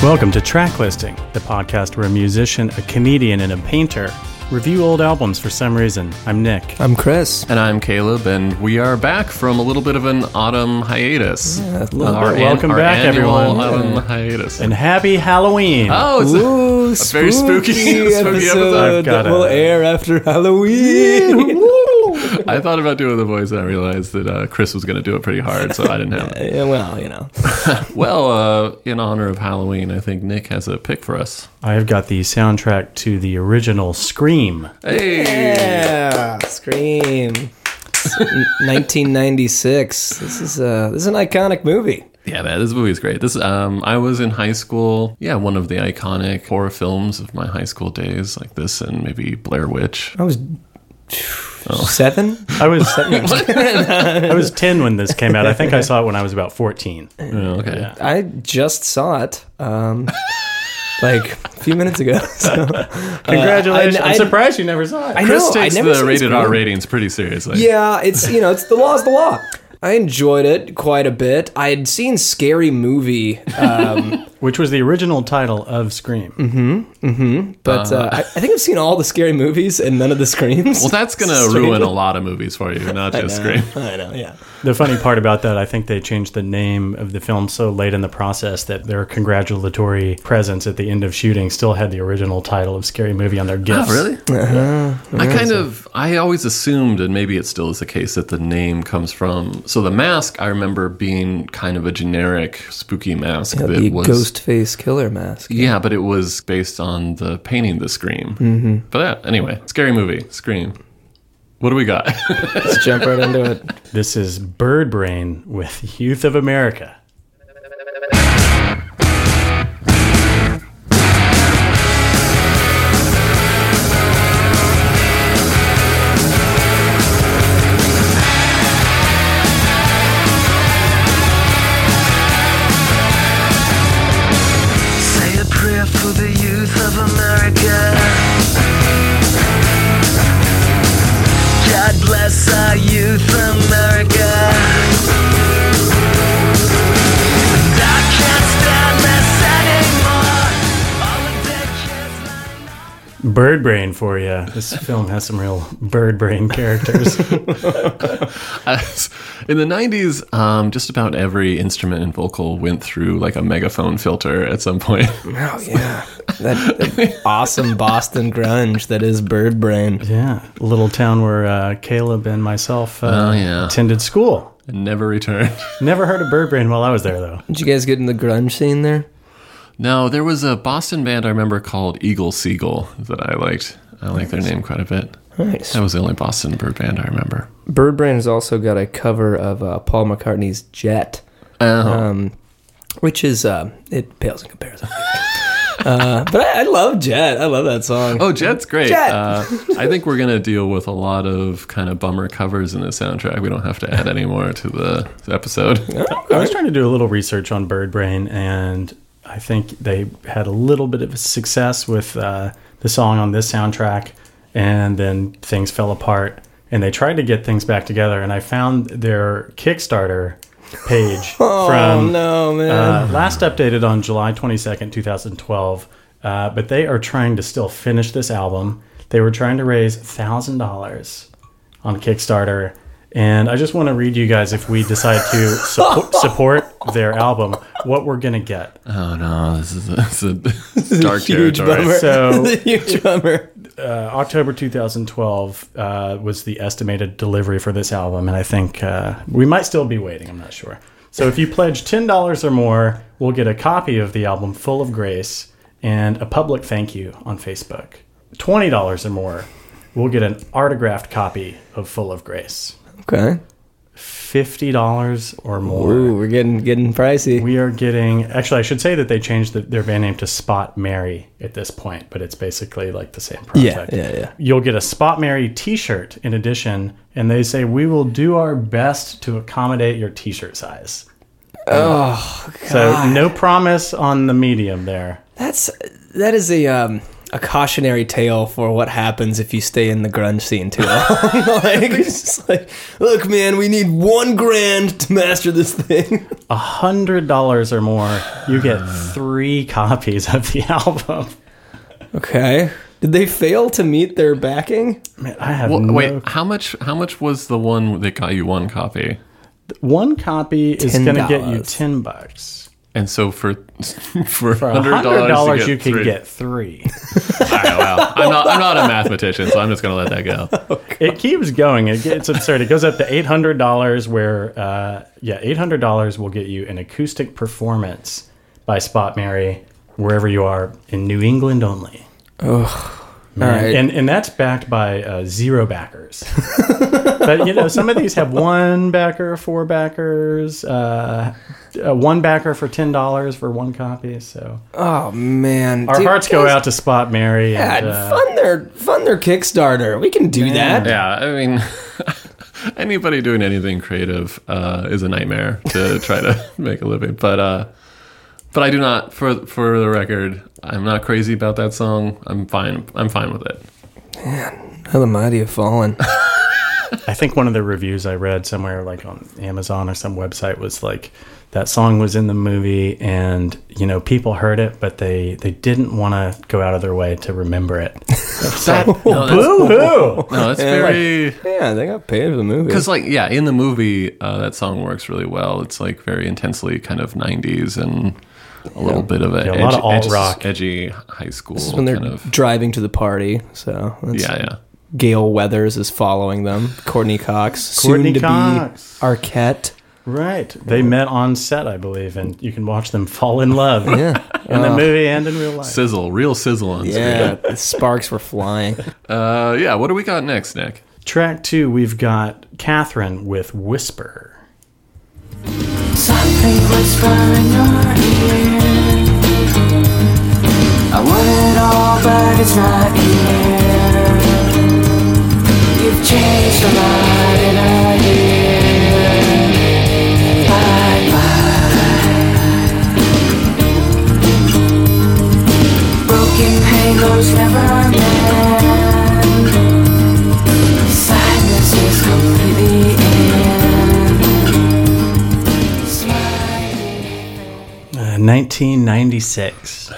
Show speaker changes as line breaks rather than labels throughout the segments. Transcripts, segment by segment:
Welcome to Track Listing, the podcast where a musician, a comedian, and a painter review old albums for some reason. I'm Nick.
I'm Chris.
And I'm Caleb, and we are back from a little bit of an autumn hiatus. Uh,
little bit. Welcome
our
back,
annual
everyone.
Autumn hiatus.
And happy Halloween!
oh, it's
Ooh,
a, very spooky, spooky episode.
I've got
that will
a-
air after Halloween.
I thought about doing the voice, and I realized that uh, Chris was going to do it pretty hard, so I didn't have it.
Yeah, well, you know,
Well, uh, in honor of Halloween, I think Nick has a pick for us.
I've got the soundtrack to the original Scream.
Hey,
yeah, Scream, It's 1996. This is uh, this is an iconic movie.
yeah, man, this movie is great. This, um, I was in high school. Yeah, one of the iconic horror films of my high school days, like this, and maybe Blair Witch.
I was seven.
I was I was ten when this came out. I think I saw it when I was about fourteen.
Oh, okay.
I just saw it. Um, like a few minutes ago. So.
Congratulations!
I-
I,
I-
am surprised you never saw it.
I
Chris
know,
takes
I never
the
seen
rated R
Scream.
ratings pretty seriously.
Yeah, it's you know, it's the law is the law. I enjoyed it quite a bit. I had seen Scary Movie, um,
Which was the original title of Scream.
but uh, I, I think I've seen all the Scary movies and none of the Screams.
Uh-huh. Well, that's gonna ruin a lot of movies for you, not just Scream.
I know, yeah.
The funny part about that, I think they changed the name of the film so late in the process that their congratulatory presence at the end of shooting still had the original title of Scary Movie on their
Oh,
gifts.
Uh-huh.
I kind of, I always assumed, and maybe it still is the case, that the name comes from. So the mask, I remember being kind of a generic spooky mask that
The
was.
Ghostface Killer Mask.
Yeah, but it was based on the painting, The Scream. But yeah, anyway, scary movie, Scream. What do we got?
Let's jump right into it.
This is Bird Brain with Youth of America.
Say a prayer for the youth of America. God bless our youth, America. And I can't stand this anymore. All of their kids.
Bird Brain for you. This film has some real bird brain characters.
As- in the 90s, um, just about every instrument and vocal went through like a megaphone filter at some point.
Oh yeah, that, that awesome Boston grunge that is Bird Brain.
yeah. Little town where uh, Caleb and myself uh,
Oh, yeah.
attended school.
and never returned.
Never heard of Bird Brain while I was there, though.
Did you guys get in the grunge scene there?
No, there was a Boston band I remember called Eagle Seagull that I liked. I like their name quite a bit.
Nice.
That was the only Boston bird band I remember.
Bird Brain has also got a cover of uh, Paul McCartney's Jet.
Oh,
um, which is uh, it pales in comparison. uh, but I, I love Jet. I love that song.
oh Jet's great.
Jet!
Uh, I think we're gonna deal with a lot of kind of bummer covers in the soundtrack. We don't have to add any more to the episode.
I was trying to do a little research on bird brain, and I think they had a little bit of success with uh, the song on this soundtrack, and then things fell apart, and they tried to get things back together. And I found their Kickstarter page
oh
from
no, man!
uh, last updated on July 22nd, 2012. Uh, but they are trying to still finish this album. They were trying to raise $1,000 on Kickstarter. And I just want to read you guys if we decide to suppo- support their album, what we're going to get.
Oh no, this is a, this is a- this is dark
huge
territory.
bummer.
So-
This is a huge bummer.
Uh, October 2012 uh, was the estimated delivery for this album. And I think uh, we might still be waiting. I'm not sure. So if you pledge $10 or more, we'll get a copy of the album Full of Grace and a public thank you on Facebook. $20 or more, we'll get an autographed copy of Full of Grace.
Okay.
$50 or more.
Ooh, we're getting getting pricey.
We are getting. Actually, I should say that they changed the, their band name to Spot Mary at this point, but it's basically like the same
Yeah,
project.
yeah, yeah.
You'll get a Spot Mary T-shirt in addition, and they say we will do our best to accommodate your T-shirt size. Oh, so no promise on the medium there.
That's that is a um, a cautionary tale for what happens if you stay in the grunge scene too long. like, it's just like, look, man, we need one grand to master this thing.
A hundred dollars or more, you get three copies of the album.
Okay. Did they fail to meet their backing?
Man, I have
Well,
no
Wait, how much? How much was the one that got you one copy?
one copy is
$10.
going to get you ten bucks.
And so for for
For
hundred dollars,
you can get three.
wow, I'm not I'm not a mathematician, so I'm just gonna let that go.
it keeps going. It gets absurd. It goes up to eight hundred dollars. Where uh, yeah, eight hundred dollars will get you an acoustic performance by Spot Mary wherever you are in New England only.
All right.
And and that's backed by uh, zero backers. but you know, some of these have one backer, four backers, uh, uh, one backer for ten dollars for one copy. So
oh man,
our
Dude,
hearts go
guys,
out to Spot Mary.
God,
and, uh,
fund their fund their Kickstarter. We can do that.
Yeah, I mean, anybody doing anything creative uh, is a nightmare to try to make a living. But uh, but I do not for for the record, I'm not crazy about that song. I'm fine. I'm fine with it.
How the mighty have fallen.
I think one of the reviews I read somewhere, like on Amazon or some website, was like that song was in the movie, and you know people heard it, but they they didn't want to go out of their way to remember it.
That, no, that's,
Boo hoo!
no, that's very.
yeah, they got paid for the movie.
Because, like, yeah, in the movie, uh, that song works really well. It's like very intensely kind of '90s and a little bit of a,
Yeah, a lot of alt rock.
edgy high school
It's when they're
kind of.
driving to the party. So that's
Yeah, yeah.
Gail Weathers is following them. Courtney Cox,
Courtney
soon to
Cox.
be Arquette.
Right, they met on set, I believe, and you can watch them fall in love
Yeah, Uh,
in the movie and in real life.
Sizzle, real sizzle on
Oh, yeah. the sparks were flying.
screen. Uh, yeah. What do we got next, Nick?
Track two, we've got Catherine with Whisper.
Something whisper in your ear. I want it all, but it's not here. You've changed a lot in a year. Bye bye. Broken halos never mend. Sadness is completely in. Smile.
Uh, 1996.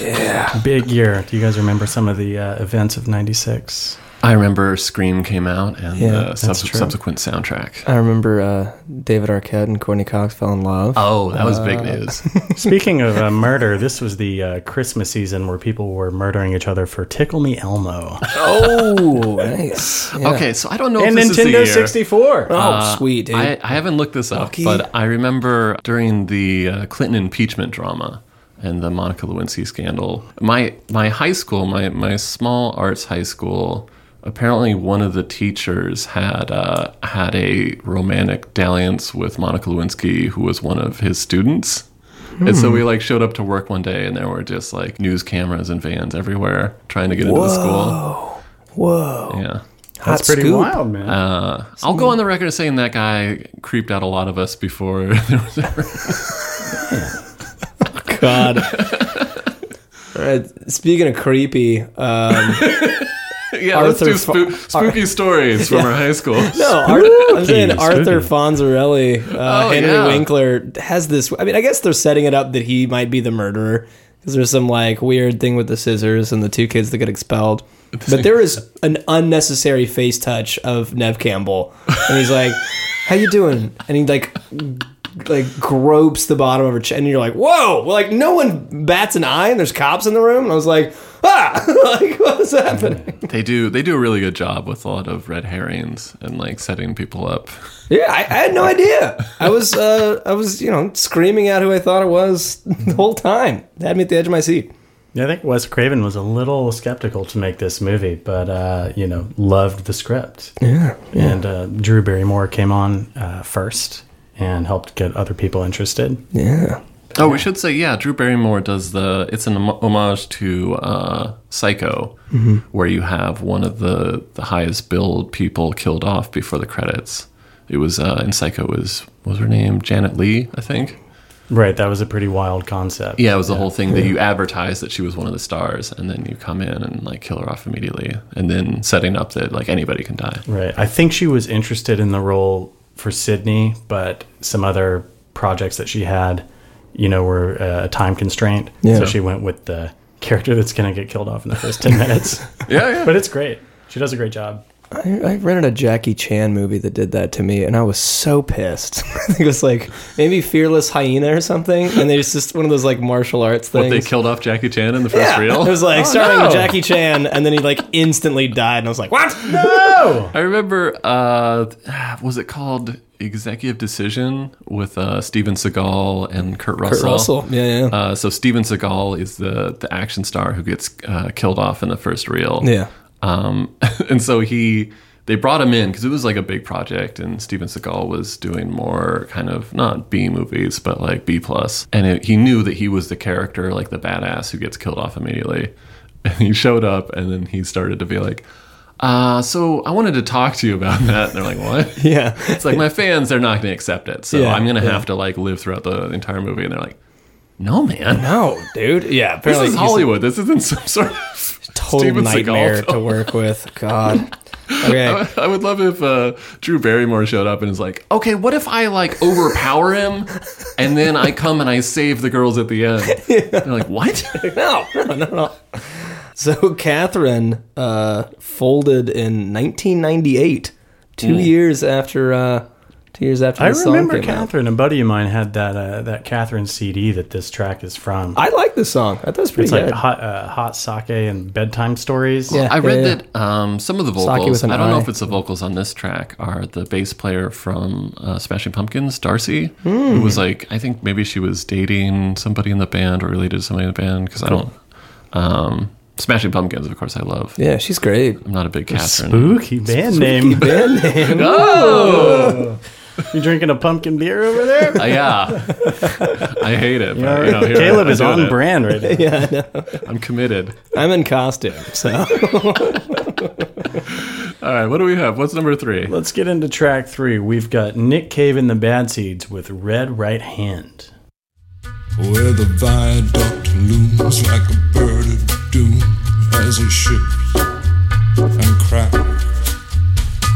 Yeah. Big year. Do you guys remember some of the uh, events of 96?
I remember Scream came out and the sub-
that's true.
subsequent soundtrack.
I remember uh, David Arquette and Courtney Cox fell in love.
Oh, that was
Uh,
big news.
Speaking of uh, murder, this was the uh, Christmas season where people were murdering each other for Tickle Me Elmo
Oh, nice. Yeah.
Okay, so I don't know
and
if this is the year.
Nintendo 64.
Oh, sweet, dude.
I, I haven't looked this up,
Lucky.
but I remember during the uh, Clinton impeachment drama and the Monica Lewinsky scandal. My my high school, my my small arts high school, apparently one of the teachers had uh, had a romantic dalliance with Monica Lewinsky, who was one of his students. And so we like showed up to work one day, and there were just like news cameras and vans everywhere trying to get into the school.
Whoa.
Yeah.
That's
Hot
pretty
scoop.
wild, man.
Uh, I'll go on the record as saying that guy creeped out a lot of us before there was ever.
God. All right, speaking of creepy, um,
yeah,
Arthur
let's do spoo-
Fa-
spooky stories from our high school.
no, Ar- I'm saying Arthur Fonzarelli, uh,
Oh,
Henry
yeah.
Winkler has this. I mean, I guess they're setting it up that he might be the murderer because there's some like weird thing with the scissors and the two kids that get expelled. But there is an unnecessary face touch of Nev Campbell, and he's like, "How you doing?" And he like like gropes the bottom of her chin, and you're like, "Whoa!" Well, like no one bats an eye, and there's cops in the room. And I was like, "Ah!" like what's happening?
They do they do a really good job with a lot of red herrings and like setting people up.
Yeah, I, I had no idea. I was uh, I was you know screaming out who I thought it was the whole time. It had me at the edge of my seat.
yeah, I think Wes Craven was a little skeptical to make this movie, but, uh, you know, loved the script.
Yeah,
And uh, Drew Barrymore came on uh, first and helped get other people interested.
yeah.
Oh, we should say yeah. Drew Barrymore does the. It's an homo- homage to uh, Psycho, where you have one of the the highest billed people killed off before the credits. It was uh, in Psycho was was her name Janet Lee, I think.
Right, that was a pretty wild concept.
Yeah, it was the whole thing that you advertised that she was one of the stars, and then you come in and like kill her off immediately, and then setting up that like anybody can die.
Right. I think she was interested in the role for Sydney, but some other projects that she had, you know, were uh, a time constraint.
Yeah.
So she went with the character that's going to get killed off in the first 10 minutes.
Yeah, yeah.
But it's great. She does a great job.
I, I rented a Jackie Chan movie that did that to me, and I was so pissed. I think it was like maybe Fearless Hyena or something, and there's just one of those like martial arts things.
But they killed off Jackie Chan in the first
yeah.
reel. Oh,
It was like starring
no.
Jackie Chan, and then he like instantly died, and I was like, "What?
Oh!
I remember, uh, was it called Executive Decision with uh, Steven Seagal and Kurt Russell?
Russell, yeah, yeah.
Uh, so Steven Seagal is the the action star who gets uh, killed off in the first reel.
Yeah.
Um, and so he they brought him in because it was like a big project, and Steven Seagal was doing more kind of not B movies, but like B plus. And it, he knew that he was the character, like the badass who gets killed off immediately. And he showed up, and then he started to be like. Uh, so I wanted to talk to you about that. And they're like, what?
yeah."
It's like my fans, they're not going to accept it. So
Yeah,
I'm going to
yeah.
have to like live throughout the entire movie. And they're like, no, man.
No, dude. Yeah,
This
apparently
is
he's
Hollywood. This isn't some sort of
a total
Steven Seagal
nightmare
film.
to work with. God. Okay.
I would love if uh, Drew Barrymore showed up and is like, okay, what if I like overpower him and then I come and I save the girls at the end? They're like, what?
No, no, no, no. So Catherine uh, folded in 1998, two years after uh, two years after
Hmm. I
the song
remember
came out.
Catherine. A buddy of mine had that uh, that Catherine CD that this track is from.
I like this song. I thought it was pretty
it's
good.
like hot, uh, hot sake and bedtime stories.
Yeah.
I read
yeah.
that um, some of the vocals,
with an
I don't know
eye.
if it's the vocals on this track, are the bass player from uh, Smashing Pumpkins, Darcy,
Hmm.
who was like, I think maybe she was dating somebody in the band or related to somebody in the band because I don't. Um, Smashing Pumpkins, of course, I love.
yeah, she's great.
I'm not a big Catherine. Oh,
Spooky band name.
Band name.
You drinking a pumpkin beer over there?
Uh, yeah, I hate it. but, you know, here
Caleb
I- I'm
is
doing
on
it.
brand right now.
I'm committed.
I'm in costume, so
All right, what do we have? What's number three?
Let's get into track three. We've got Nick Cave and the Bad Seeds with Red Right Hand.
Where the viaduct looms like a bird of doom as it ships and cracks.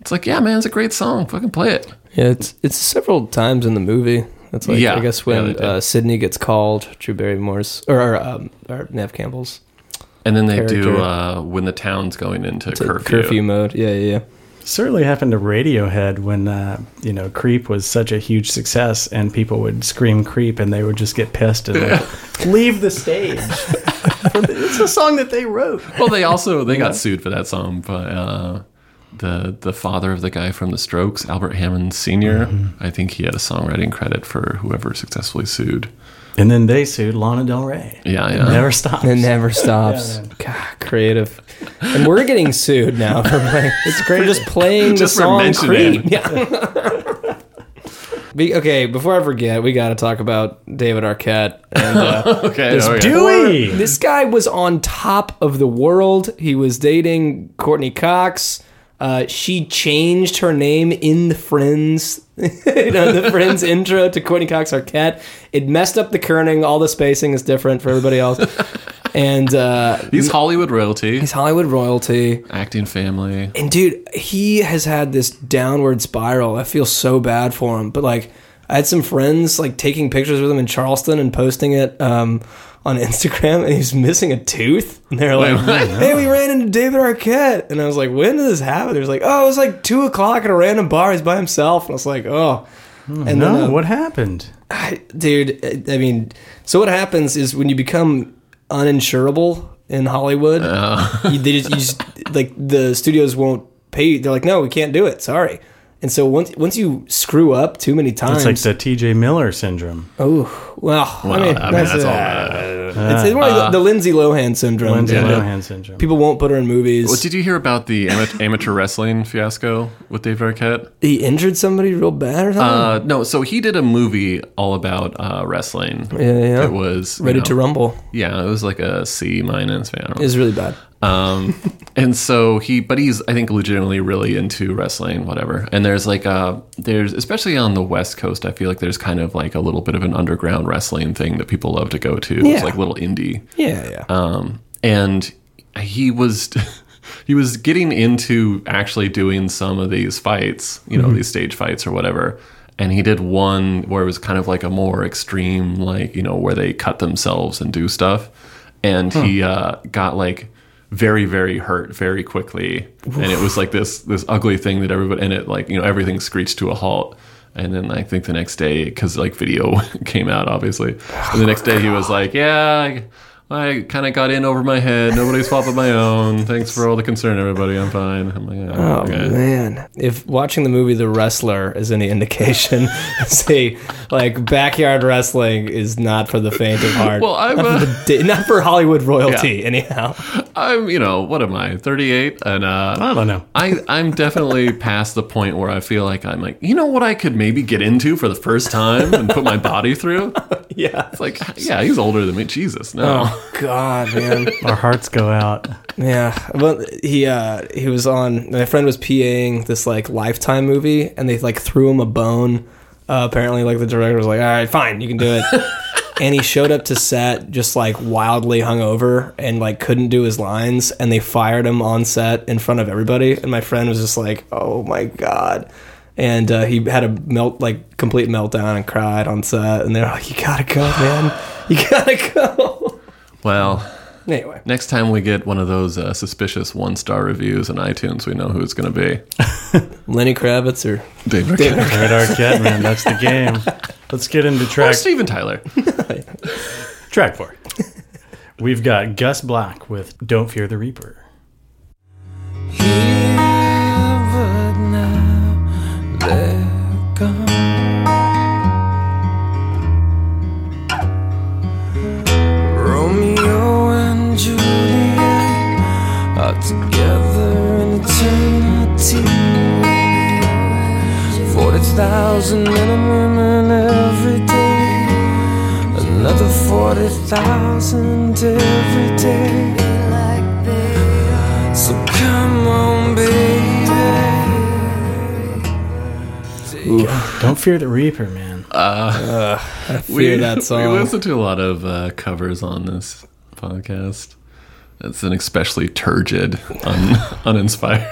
It's like, yeah, man, it's a great song. Fucking play it.
Yeah, it's it's several times in the movie. That's like
Yeah,
I guess
yeah, they
when
did.
uh, Sydney gets called, Drew Barrymore's or or, um, or Nev Campbell's
And then they do
Character.
uh, when the town's going into
to
curfew.
curfew mode. Yeah, yeah, yeah.
certainly happened to Radiohead when uh, you know Creep was such a huge success, and people would scream Creep, and they would just get pissed and like, leave the stage. it's a song that they wrote.
Well, they also they got sued for that song, but uh, the the father of the guy from The Strokes, Albert Hammond senior,
Mm-hmm.
I think he had a songwriting credit for whoever successfully sued.
And then they sued Lana Del Rey.
Yeah, yeah.
Never stopped.
It never stops. God, creative. And we're getting sued now for playing. It's great. We're just playing
Just
the
for
song
mentioning
Creep. Yeah. Be, okay, before I forget, we got to talk about David Arquette. And, uh,
Okay,
this
okay.
Dewey!
poor- This guy was on top of the world. He was dating Courtney Cox. Uh, she changed her name in the Friends, you know, the Friends intro to Courtney Cox Arquette. It messed up the kerning. All the spacing is different for everybody else. And uh,
He's Hollywood royalty,
He's Hollywood royalty.
acting family.
And dude, he has had this downward spiral. I feel so bad for him. But like I had some friends like taking pictures with him in Charleston and posting it um, on Instagram and he's missing a tooth. And they're like,
what?
Hey, we ran into David Arquette. And I was like, When did this happen? They was like, Oh, it was like two o'clock at a random bar, he's by himself. And I was like, Oh, and
No,
then, uh,
what happened?
I, dude, I I mean, so what happens is when you become uninsurable in Hollywood, you, they just, you just like the studios won't pay. you. They're like, no, we can't do it. Sorry. And so once once you screw up too many times,
It's like the T.J. Miller syndrome.
oh well,
Well,
I mean, that's,
all.
uh,
bad.
it's, it's more like the, the Lindsay Lohan syndrome.
Uh, Lindsay
you know?
Lohan syndrome.
People won't put her in movies.
Well, did you hear about the ama- amateur wrestling fiasco with David Arquette?
he injured somebody real bad or something.
Uh, no, so he did a movie all about uh, wrestling.
yeah, yeah.
It was you
Ready
know,
to rumble
Yeah, it was like a C minus. I don't know.
is really bad.
Um, and so he, but he's, I think, legitimately really into wrestling, whatever. And there's like a, there's, especially on the West Coast, I feel like there's kind of like a little bit of an underground wrestling thing that people love to go to.
Yeah.
It's like little indie.
Yeah, yeah.
Um, and he was, he was getting into actually doing some of these fights, you know, these stage fights or whatever. And he did one where it was kind of like a more extreme, like, you know, where they cut themselves and do stuff. And he uh, got like, very very hurt very quickly and it was like this this ugly thing that everybody and it like you know everything screeched to a halt and then i think the next day because like video came out obviously and the next day he was like yeah i, I kind of got in over my head nobody's fault but my own thanks for all the concern everybody i'm fine i'm like oh,
Oh
okay.
man! If watching the movie The Wrestler is any indication, see, like backyard wrestling is not for the faint of heart.
well i'm
not,
uh,
for the- not for Hollywood royalty, anyhow.
i'm you know what am i 38 and uh
I don't know.
I, I'm definitely past the point where I feel like I'm like, you know what I could maybe get into for the first time and put my body through?
Yeah.
It's like, yeah, he's older than me. Jesus, no.
Oh God, man.
Our hearts go out.
Yeah. Well, he uh, he was on. My friend was PAing this like Lifetime movie, and they like threw him a bone. Uh, apparently, like the director was like, "All right, fine, you can do it." and he showed up to set just like wildly hungover and like couldn't do his lines, and they fired him on set in front of everybody. And my friend was just like, "Oh my god." And uh, he had a melt, like complete meltdown, and cried on set. And they're like, "You gotta go, man! You gotta go."
Well,
anyway,
next time we get one of those uh, suspicious one star reviews on iTunes, we know who it's going to be.
Lenny Kravitz or
David. Arquette.
Red Arquette, man, that's the game. Let's get into
Or
track
Steven Tyler.
track four. We've got Gus Black with "Don't Fear the Reaper."
Romeo and Juliet are together in eternity. Forty thousand minimum and every day. Another forty thousand every day. So come on, baby.
Don't fear the Reaper, man.
fear that song.
We listen to a lot of uh, covers on this podcast. That's an especially turgid, un- uninspired.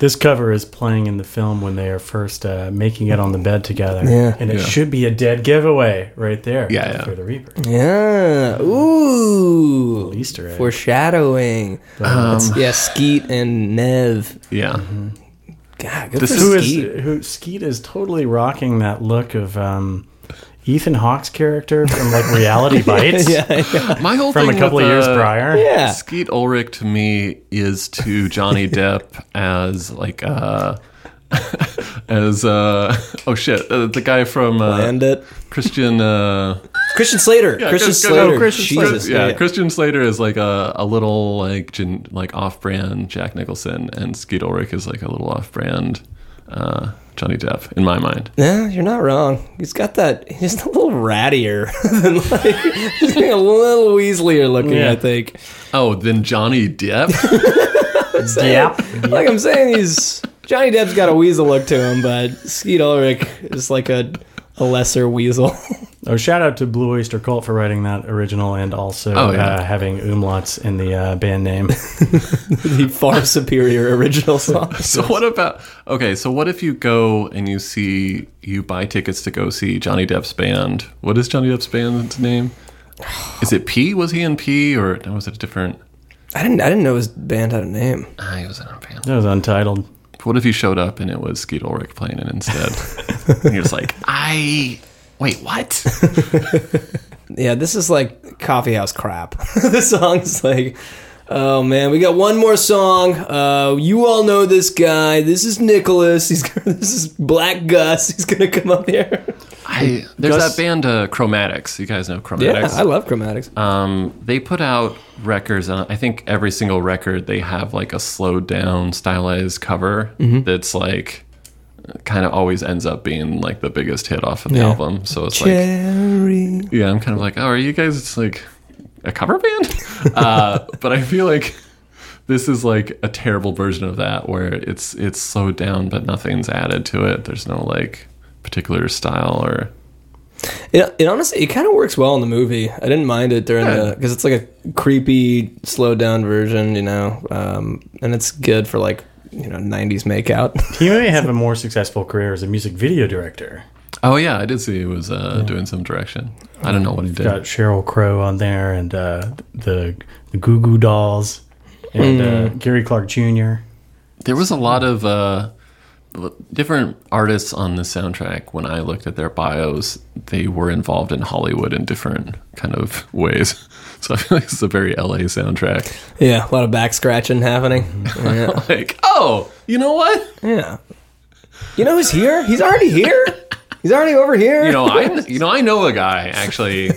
This cover is playing in the film when they are first uh, making it on the bed together.
Yeah.
and it
Yeah.
should be a dead giveaway right there.
Yeah,
Don't
yeah.
fear the Reaper.
Yeah. Ooh.
Easter egg.
Um,
Foreshadowing. That's- yeah, Skeet and Nev.
Yeah.
God, good
This
for
is-
Who
Skeet.
is who? Skeet is totally rocking that look of um, Ethan Hawke's character from like Reality Bites
yeah,
My whole
from
thing
a couple
with,
of years
uh,
prior.
yeah.
Skeet Ulrich to me is to Johnny Depp as like uh as uh oh shit uh, the guy from uh,
Land it.
Christian uh
Christian Slater.
yeah,
Christian
Chris-
Slater.
oh, Christian Slater.
Jesus.
yeah,
Yeah.
Christian Slater is like a, a little like gen, like off-brand Jack Nicholson and Skeet Ulrich is like a little off-brand uh Johnny Depp in my mind.
Yeah, you're not wrong. He's got that. He's a little rattier than like. He's getting a little Weasleyer looking.
Yeah.
I think.
Oh, then Johnny Depp?
Yep.
Like I'm saying, he's Johnny Depp's got a weasel look to him, but Skeet Ulrich is like a a lesser weasel.
Oh, shout out to Blue Oyster Cult for writing that original and also
Oh, yeah.
uh, having umlauts in the uh, band name.
the far superior original song.
so what about okay, so what if you go and you see you buy tickets to go see Johnny Depp's band? What is Johnny Depp's band's name? Is it P? Was he in P or no, was it a different
I didn't. I didn't know his band had a name.
Ah, he was in a band.
that was untitled.
What if you showed up and it was Skeet Ulrich playing it instead? and he was like, I wait, what?
Yeah, this is like coffeehouse crap. this song's like, oh man, we got one more song. Uh, you all know this guy. This is Nicholas. He's gonna, this is Black Gus. He's gonna come up here.
I, there's
Gus-
that band uh, Chromatics. You guys know Chromatics.
Yeah, I love Chromatics.
um, they put out records, and I think every single record they have like a slowed down, stylized cover that's like kind of always ends up being like the biggest hit off of the
Yeah.
album. So it's like
Cherry.
yeah, I'm kind of like, oh, are you guys it's like a cover band? uh, but I feel like this is like a terrible version of that, where it's it's slowed down, but nothing's added to it. There's no like particular style or
It, it honestly, it kind of works well in the movie. I didn't mind it during the because it's like a creepy, slowed down version, you know, um, and it's good for like you know '90s makeout.
He may have a more successful career as a music video director.
oh yeah, I did see he was uh, doing some direction. I don't know what he did.
Got Cheryl Crow on there and uh, the the Goo Goo Dolls and uh,
Mm.
Gary Clark Jr.
There was a lot of uh, different artists on the soundtrack. When I looked at their bios, they were involved in Hollywood in different kind of ways. So I feel like it's a very LA soundtrack.
yeah, a lot of back scratching happening. Yeah.
Like, oh, you know what?
Yeah. You know who's here? He's already here. He's already over here.
You know, I you know I know a guy actually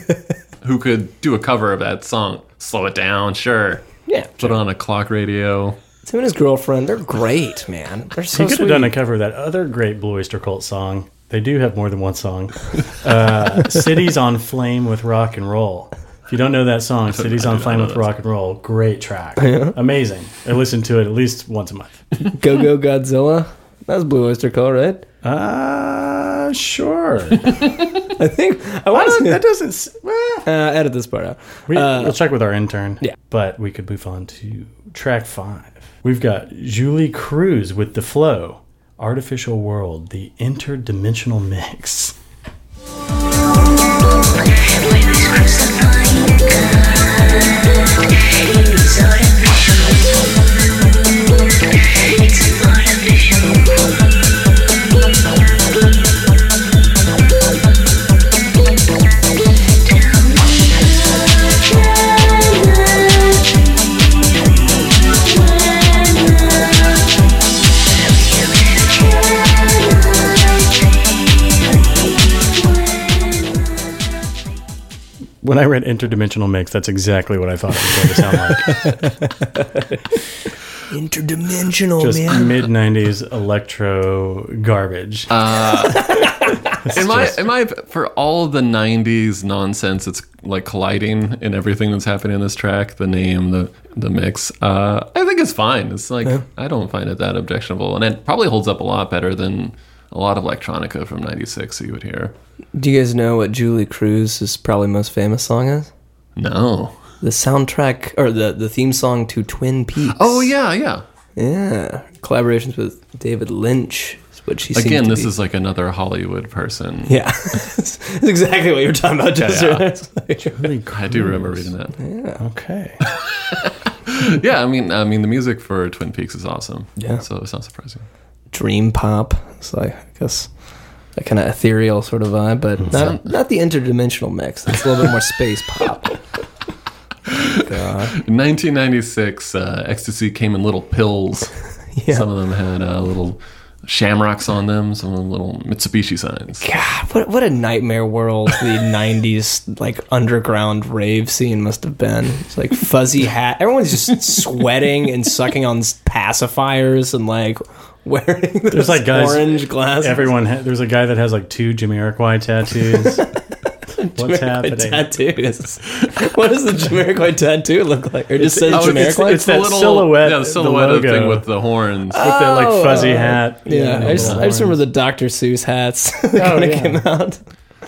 who could do a cover of that song. Slow it down, sure.
yeah.
Put on a clock radio.
It's him and his girlfriend. They're great, man. They're so
He could
sweet.
have done a cover of that other great Blue Oyster Cult song. They do have more than one song. Uh, Cities on Flame with Rock and Roll. If you don't know that song, Cities on Flame with Rock and Roll, great track. Amazing. I listen to it at least once a month.
Go Go Godzilla. That was Blue Oyster Cult, right?
Uh, sure.
I think I want to
that doesn't. s- Well,
uh, edit this part out.
we, we'll check with our intern.
yeah.
But we could move on to track five. We've got Julie Cruz with The Flow, Artificial World, the interdimensional mix. When I read interdimensional mix, that's exactly what I thought it was going to sound like.
Interdimensional
Just mid '90s electro garbage.
Uh, Am I am I for all the '90s nonsense? It's like colliding in everything that's happening in this track. The name, the the mix. Uh, I think it's fine. It's like I don't find it that objectionable, and it probably holds up a lot better than a lot of electronica from '96 that you would hear.
Do you guys know what Julie Cruz's probably most famous song is?
No.
The soundtrack or the, the theme song to Twin Peaks.
Oh yeah, yeah.
yeah. Collaborations with David Lynch is what she seems
Again,
to
this
be.
is like another Hollywood person.
Yeah, that's exactly what you were talking about. Just
Really
I do remember reading that.
Okay.
Yeah, I mean, I mean, the music for Twin Peaks is awesome.
Yeah.
so it's not surprising.
dream pop. So I, I guess that kind of ethereal sort of vibe, but not, not the interdimensional mix. That's a little bit more space pop. God.
In 1996, uh, ecstasy came in little pills.
Yeah.
Some of them had uh, little shamrocks on them, some of them little Mitsubishi signs.
God, what what a nightmare world the '90s like underground rave scene must have been. It's like fuzzy hat. Everyone's just sweating and sucking on s- pacifiers and like wearing
There's like guys.
orange glasses.
Everyone. Ha- there's a guy that has like two Jamiroquai tattoos. What's
Jamiroquai
happening?
tattoos. what does the Jamiroquai tattoo look like? Or it just says
Oh, it's-
Jamiroquai?
it's that silhouette,
Yeah, the
the
silhouette of
logo. Uh,
thing with the horns.
With that like fuzzy
Oh,
hat.
yeah, I just,
little
I just remember
horns.
the Dr. Seuss hats that
Oh,
kind of
yeah.
came out.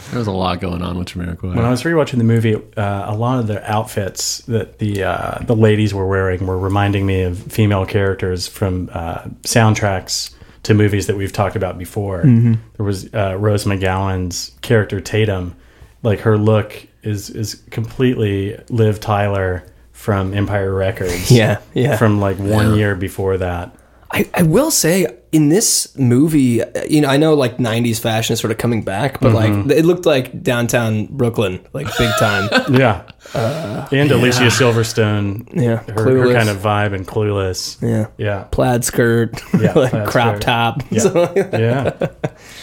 There was a lot going on with Jamiroquai.
When I was rewatching the movie, uh, a lot of the outfits that the uh, the ladies were wearing were reminding me of female characters from uh, soundtracks to movies that we've talked about before.
Mm-hmm.
There was uh, Rose McGowan's character Tatum, like her look is is completely Liv Tyler from Empire Records.
Yeah, yeah.
from like one year before that.
I, I will say in this movie, uh, you know, I know like '90s fashion is sort of coming back, but like it looked like downtown Brooklyn, like big time.
Yeah, and Alicia Silverstone.
Uh, Yeah,
her, her
Clueless.
kind of vibe and clueless.
yeah,
Yeah.
plaid skirt,
Yeah,
like
plaid
crop
skirt.
top.
Yeah.
So, like,
Yeah.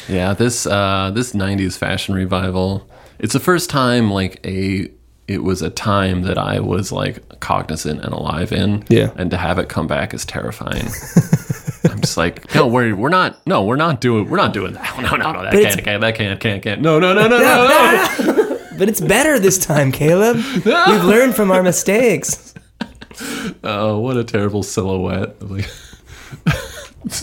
Yeah, this uh, this '90s fashion revival. It's the first time like a it was a time that I was like cognizant and alive in.
Yeah.
and to have it come back is terrifying. I'm just like, no, we're we're not, no, we're not doing, we're not doing that. No, no, no, that
it's-
can't, can't, that can't, can't, can't. No, no, no, no, no, no.
but it's better this time, Caleb. We've learned from our mistakes.
Oh, what a terrible silhouette. Like,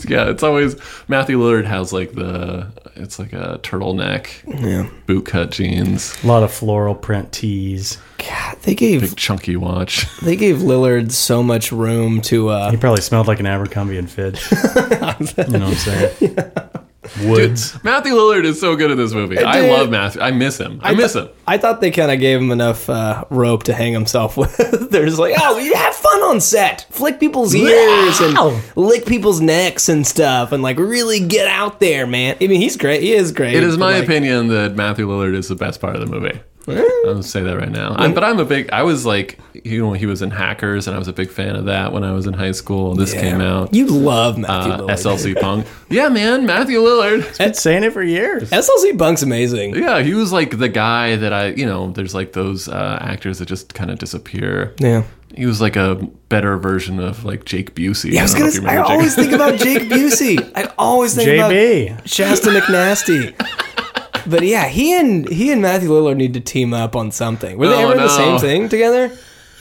yeah, it's always Matthew Lillard has like the it's like a turtleneck, yeah, bootcut jeans,
A lot of floral print tees.
God, they gave
big chunky watch.
they gave Lillard so much room to. uh
He probably smelled like an Abercrombie and Fitch. you know what I'm saying? Woods.
Matthew Lillard is so good in this movie. I
Dude.
love Matthew. I miss him. I, miss him.
I thought they kind of gave him enough uh, rope to hang himself with. They're just like, oh, you have fun on set. Flick people's ears
Wow.
and lick people's necks and stuff and like really get out there, man. I mean, he's great. He is great.
It is
but,
my
like,
opinion that Matthew Lillard is the best part of the movie. I'll say that right now. I'm, but I'm a big. I was like, you know, he was in Hackers, and I was a big fan of that when I was in high school. This came out.
You love Matthew
Uh,
Lillard.
SLC Punk. Yeah, man, Matthew Lillard.
Been saying it for years.
SLC Punk's amazing.
Yeah, he was like the guy that I, you know, there's like those uh, actors that just kind of disappear.
Yeah.
He was like a better version of like Jake Busey.
I was
don't know
gonna.
if you
I
remember Jake-
always think about Jake Busey. I always think about
JB.
Shasta McNasty. But yeah, he and he and Matthew Lillard need to team up on something. Were they
Oh,
ever in the
no.
same thing together?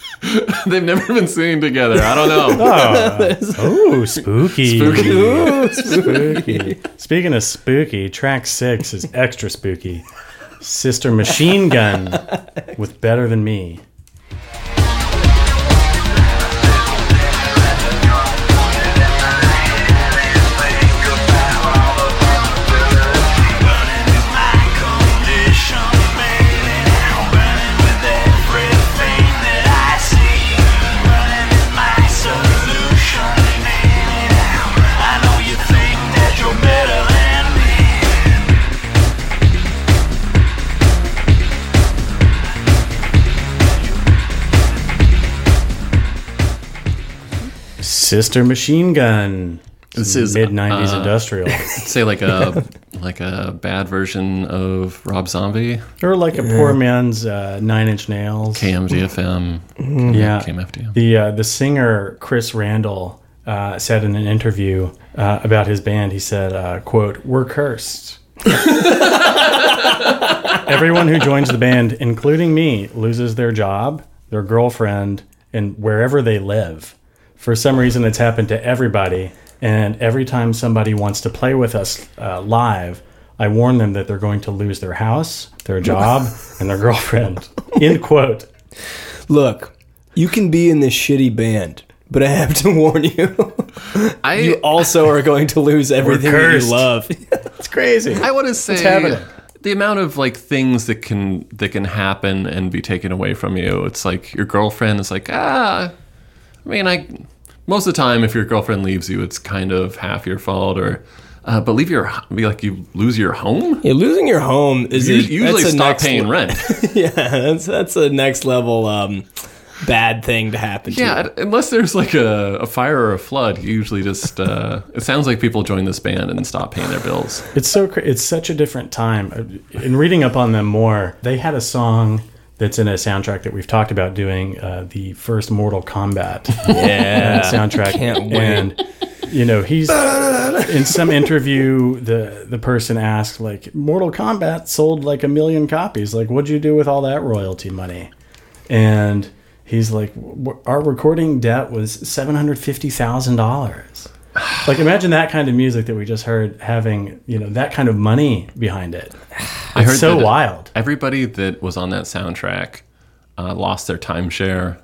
They've never been seen together. I don't know.
Ah.
Oh, Ooh, spooky.
Ooh,
Spooky. Speaking of spooky, track six is extra spooky. Sister Machine Gun with Better Than Me.
Better than me
Sister Machine Gun.
This is,
mid 90s
uh,
industrial.
say like a like a bad version of Rob Zombie.
Or like a poor man's uh, Nine Inch Nails.
KMZFM
Mm-hmm.
yeah.
came after you.
Mm-hmm. The uh, the singer Chris Randall uh, said in an interview uh, about his band, he said, uh, "quote We're cursed. Everyone who joins the band, including me, loses their job, their girlfriend, and wherever they live. For some reason, it's happened to everybody. And every time somebody wants to play with us uh, live." I warn them that they're going to lose their house, their job, and their girlfriend. End quote.
Look, you can be in this shitty band, but I have to warn you.
I
you also are going to lose everything that
cursed.
you love.
It's crazy.
I want to say
happening?
the amount of like things that can that can happen and be taken away from you. It's like your girlfriend is like ah. I mean, I most of the time, if your girlfriend leaves you, it's kind of half your fault. Or, uh, but leave your be like you lose your home.
Yeah, losing your home is
You
a,
usually
that's a
stop
next
paying
le-
rent.
yeah, that's that's a next level um, bad thing to happen. to you.
yeah, unless there's like a, a fire or a flood, you usually just. Uh, it sounds like people join this band and stop paying their bills.
It's so cra- it's such a different time. Uh, In reading up on them more, they had a song that's in a soundtrack that we've talked about doing uh, the first Mortal Kombat
yeah.
Uh,
soundtrack.
Can't wait.
And you know he's in some interview. The the person asked like, "Mortal Kombat sold like a million copies. Like, what'd you do with all that royalty money?" And he's like, "W- "Our recording debt was seven hundred fifty thousand dollars." Like, imagine that kind of music that we just heard having you know that kind of money behind it.
I heard
So
that
wild.
Everybody that was on that soundtrack uh, lost their timeshare.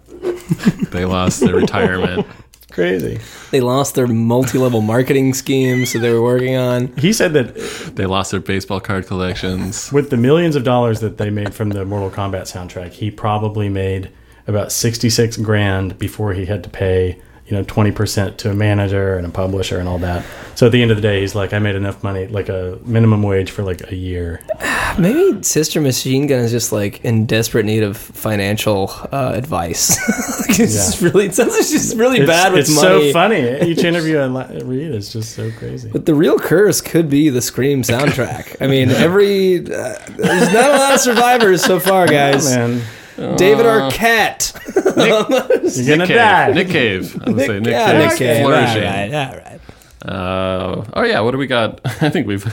they lost their retirement.
Crazy.
They lost their multi-level marketing schemes that they were working on.
He said that
They lost their baseball card collections.
with the millions of dollars that they made from the Mortal Kombat soundtrack, he probably made about 66 grand before he had to pay, you know, 20% to a manager and a publisher and all that. So at the end of the day, he's like, I made enough money, like a minimum wage for like a year.
Maybe Sister Machine Gun is just like in desperate need of financial uh, advice. Like, it's just really it sounds like she's really
It's,
bad with
it's
money.
so funny. Each interview I li- read is just so crazy.
But the real curse could be the Scream soundtrack. I mean, every uh, there's not a lot of survivors so far, guys.
Man,
David Arquette,
you're going to
Nick Cave.
die.
Nick Cave. I would say Nick
yeah,
Cave.
Nick Cage.
Flourishing.
All right, all right.
Uh, oh yeah, what do we got? I think we've, I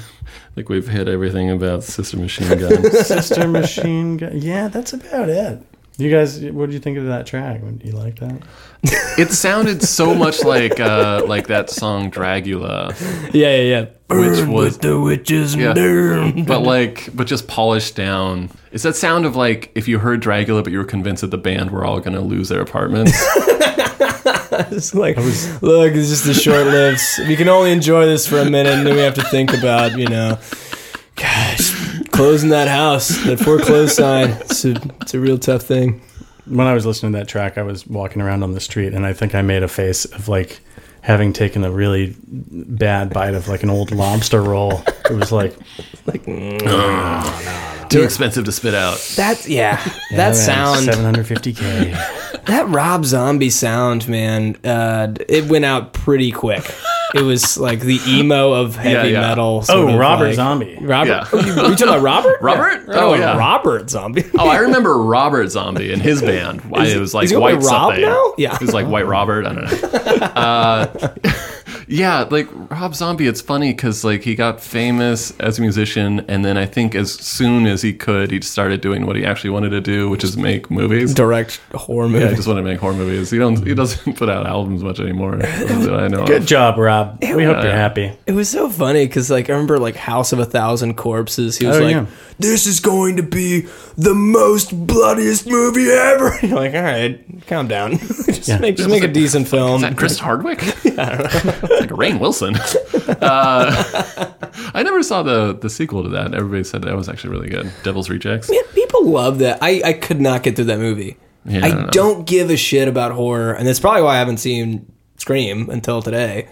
think we've hit everything about Sister Machine Gun.
Sister Machine Gun. Yeah, that's about it. You guys, what did you think of that track? You like that?
it sounded so much like uh, like that song Dragula,
Yeah, yeah, yeah.
which was
The witches.
yeah, but like but just polished down. It's that sound of like if you heard Dragula but you were convinced that the band were all gonna lose their apartments.
It's like, look, it's just the short lives. We can only enjoy this for a minute, and then we have to think about, you know, gosh, closing that house, that foreclosed sign. It's a, it's a real tough thing.
when I was listening to that track, I was walking around on the street, and I think I made a face of like having taken a really bad bite of like an old lobster roll. It was like
Too expensive to spit out.
That's yeah. that sound.
seven hundred fifty k.
That Rob Zombie sound, man. Uh, it went out pretty quick. It was like the emo of heavy
Yeah, yeah.
metal. sort
Oh,
of,
Robert
like-
Zombie.
Robert.
Yeah.
Oh, you, you talking about Robert?
Robert?
Yeah.
Oh,
Oh,
yeah.
Robert Zombie.
Oh, I remember Robert Zombie and his band. Why it was like
is he
White
going by Rob
something.
now? Yeah.
it was like White Robert. I don't know. Uh, yeah, like Rob Zombie. It's funny because like he got famous as a musician, and then I think as soon as he could, he started doing what he actually wanted to do, which is make movies.
Direct horror movie.
Yeah, I just want to make horror movies. He don't. He doesn't put out albums much anymore. that I know. of.
Good job, Rob. We hope you're
yeah.
happy.
It was so funny because, like, I remember like House of a Thousand Corpses. He was
Oh,
like,
yeah.
"This is going to be the most bloodiest movie ever." You're like, "All right, calm down. just make just make a decent film."
Is that Chris Hardwick? like Rain Wilson. Uh, I never saw the the sequel to that. Everybody said that was actually really good. Devil's Rejects.
Man, people love that. I I could not get through that movie.
Yeah, I
I
don't know.
don't give a shit about horror, and that's probably why I haven't seen Scream until today.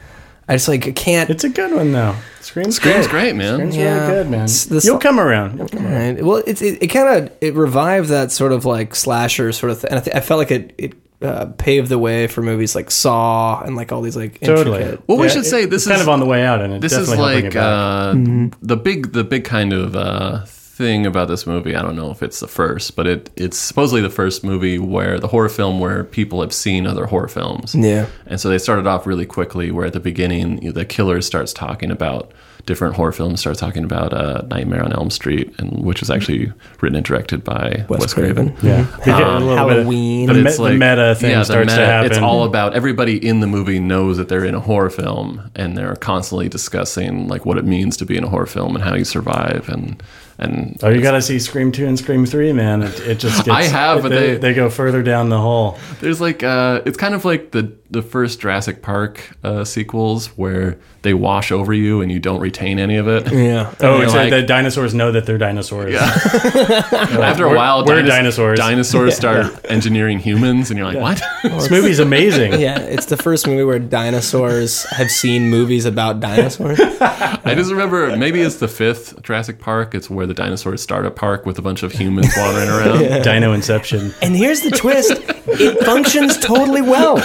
I just like I can't.
It's a good one though. Scream's
Scream's
good.
great, man.
It's
Yeah.
really good, man.
It's the
You'll
song-
come around. You'll come around.
Right. uh, Well, it's it, it kind of it revived that sort of like slasher sort of thing, and I, th- I felt like it it uh, paved the way for movies like Saw and like all these like
Totally.
intricate-
Well, we should say
it-
this
it's kind
is-
of on the way out, and it
This is
definitely helped bring
like
it back.
uh, the big the big kind of uh, thing about this movie. I don't know if it's the first, but it it's supposedly the first movie where the horror film where people have seen other horror films.
Yeah.
And so they started off really quickly, where at the beginning the killer starts talking about different horror films, starts talking about uh, Nightmare on Elm Street, and which was actually written and directed by Wes,
Wes
Craven.
Craven.
yeah, We get a little bit of-
Halloween.
the,
But
me-
uh, it's
the
like-
meta thing
yeah, the
starts to
meta-
happen.
It's all about everybody in the movie knows that they're in a horror film, and they're constantly discussing like what it means to be in a horror film and how you survive and and and
Oh, you got to see Scream 2 and Scream 3, man. It, it just gets.
I have, but
they,
they-
go further down the hole.
There's like uh, it's kind of like the the first Jurassic Park uh, sequels where they wash over you and you don't retain any of it.
Yeah.
Oh,
they're
it's like,
like-
the dinosaurs know that they're dinosaurs.
Yeah. After a while,
we're
dinos-
dinosaurs.
Dinosaurs start engineering humans, and you're like, what?
This movie's amazing.
Yeah, it's the first movie where dinosaurs have seen movies about dinosaurs.
I just remember maybe it's the fifth Jurassic Park. It's where the dinosaurs start a park with a bunch of humans wandering around.
Dino Inception.
And here's the twist it functions totally well.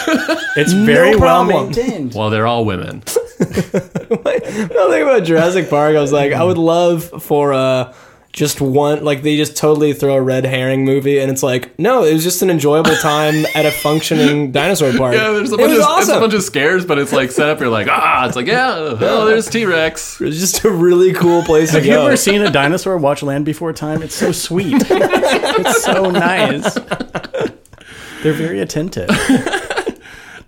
It's very well
problem.
maintained.
Well, they're all women.
The thing about Jurassic Park, I was like, I would love for uh, just one, like, they just totally throw a red herring movie, and it's like, no, it was just an enjoyable time at a functioning dinosaur park.
Yeah, there's a
it
bunch
was
of it's a
awesome.
bunch of scares, but it's like set up. You're like, ah, it's like yeah, oh, there's T Rex.
it was just a really cool place to
Have you
go.
ever seen a dinosaur watch Land Before Time? It's so sweet. it's so nice. They're very attentive.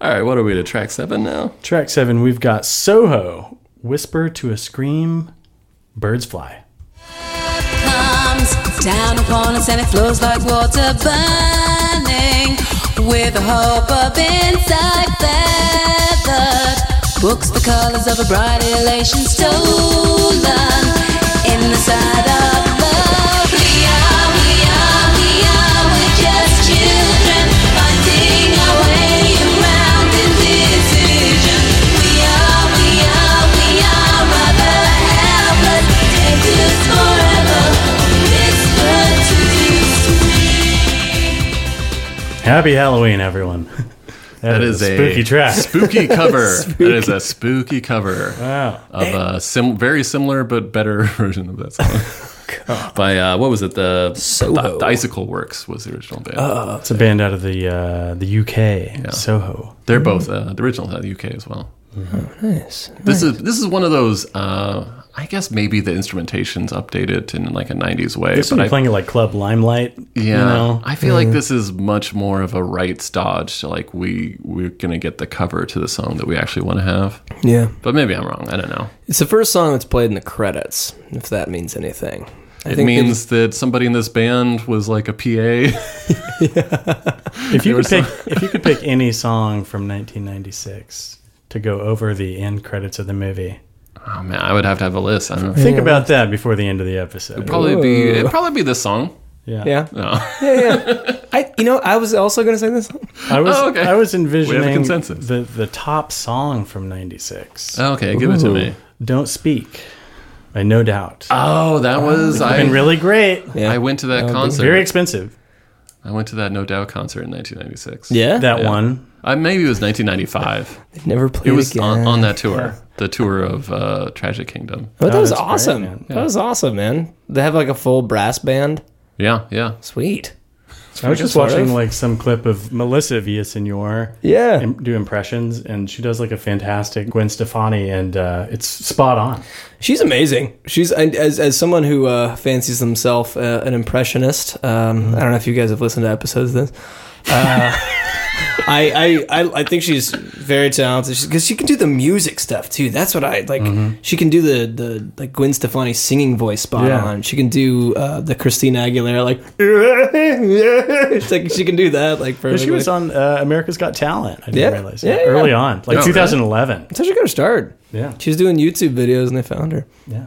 All right, what are we to track seven now?
Track seven, we've got Soho, Whisper to a Scream, Birds Fly.
comes down upon us and it flows like water burning with the hope of inside feathered books the colors of a bright elation stolen in the side of love we are we are we are we're just children finding our way around indecision we are we are we are rather helpless dangerous forever whisper to you
Happy Halloween, everyone.
That is a
spooky track.
Spooky cover. That is a spooky cover
wow.
of a sim- very similar but better version of that song. By uh, what was it? The,
Soho. Uh,
the the Icicle Works was the original band.
It's a band out of the uh, the UK, Soho.
They're
mm-hmm.
both uh, the original out of the UK as well.
Oh,
nice. This is this is one of those. Uh, I guess maybe the instrumentation's updated in like a '90s way.
This
but
one
I,
playing at like Club Limelight.
yeah,
You know?
I feel like this is much more of a rights dodge. To like we we're gonna get the cover to the song that we actually want to have.
yeah.
But maybe I'm wrong. I don't know.
It's the first song that's played in the credits, if that means anything. I
It
think they-
means that somebody in this band was like a PA.
If you
were
could pick, if you could pick any song from 1996 to go over the end credits of the movie,
oh man, I would have to have a list. I don't know.
think about that before the end of the episode.
Probably be it'd probably be this song.
yeah.
yeah.
No.
yeah, yeah. I, you know, I was also gonna say this.
I was
Oh, okay.
I was envisioning
consensus. Uh.
the the top song from '96.
okay, give it to me.
Don't speak. I no doubt.
Oh, that was I.
Been really great.
I went to that concert.
Very expensive.
I went to that No Doubt concert in 1996.
Yeah,
That one.
I, maybe it was 1995.
never played
It was
again.
on, on that tour, the tour of uh, Tragic Kingdom.
But that
Oh,
was
that's great,
awesome.
man.
That was awesome, man. They have like a full brass band.
Yeah, yeah.
Sweet.
I was just
sort
watching
of.
like some clip of Melissa Villasenor
Yeah.
im- do impressions, and she does like a fantastic Gwen Stefani, and uh, it's spot on.
She's amazing. She's and as as someone who uh, fancies themselves uh, an impressionist. Um, I don't know if you guys have listened to episodes of this. Uh, I, I I I think she's very talented because she can do the music stuff too. That's what I like. She can do the the like Gwen Stefani singing voice spot
Yeah.
on. She can do uh, the Christina Aguilera like, It's like she can do that like for
But she was on uh, America's Got Talent. I didn't
Yeah.
realize
Yeah,
that.
yeah.
early on, like
Oh,
2011.
That's how she got her start.
Yeah,
She was doing YouTube videos and they found her.
yeah.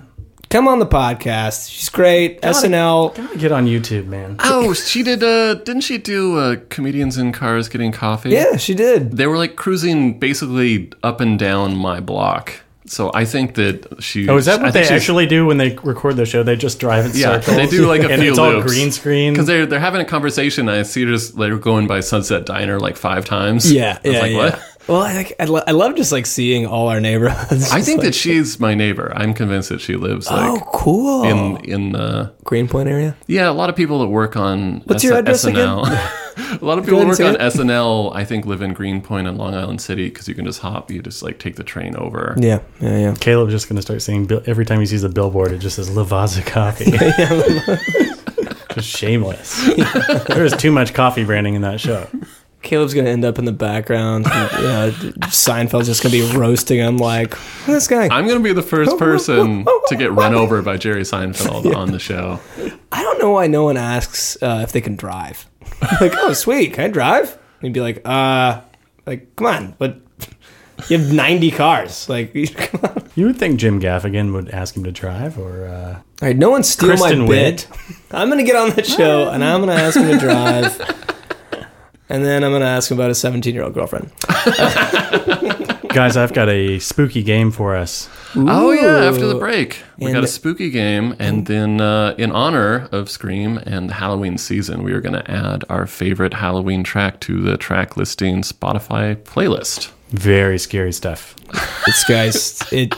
Come on the podcast. She's great. SNL.
Gotta get on YouTube, man.
Oh, she did. Uh, didn't she do uh, comedians in cars getting coffee?
Yeah, she did.
They were like cruising basically up and down my block. So I think that she.
Oh, is that
I
what
think
they
she's-
actually do when they record the show? They just drive in
Yeah,
circles.
they do like a
and
few
it's all
loops.
green screen.
Because they're they're having a conversation. I see just they're going by Sunset Diner like five times.
Yeah,
I was
yeah,
like,
yeah.
what?
Well, I, like, I, lo- I love just like seeing all our neighborhoods.
I
Just
think
like,
that she's my neighbor. I'm convinced that she lives like
oh, cool.
in in uh,
Greenpoint area.
yeah, a lot of people that work on
What's your address
SNL. a lot of people
ahead
that
and
work
say
on
it.
SNL. I think live in Greenpoint and Long Island City because you can just hop. You just like take the train over.
Yeah, yeah, yeah.
Caleb's just gonna start saying Bill- every time he sees a billboard, it just says Lavazza Coffee. just shameless. there was too much coffee branding in that show.
Caleb's gonna end up in the background. And, you know, Seinfeld's just gonna be roasting him like this guy.
I'm going to be the first person to get run over by Jerry Seinfeld on the show.
I don't know why no one asks uh, if they can drive. like, oh sweet, can I drive? And you'd be like, uh, like come on, but you have 90 cars. Like, come on. All
You would think Jim Gaffigan would ask him to drive, or uh,
right, no one steal
Kristen
my
Wiig.
bit. I'm gonna get on the show and I'm gonna ask him to drive. And then I'm gonna ask him about his 17 year old girlfriend.
guys, I've got a spooky game for us.
Oh yeah, after the break, we
And-
got a spooky game, and then uh, in honor of Scream and the Halloween season, we are going to add our favorite Halloween track to the track listing Spotify playlist.
Very scary stuff.
This guy's it.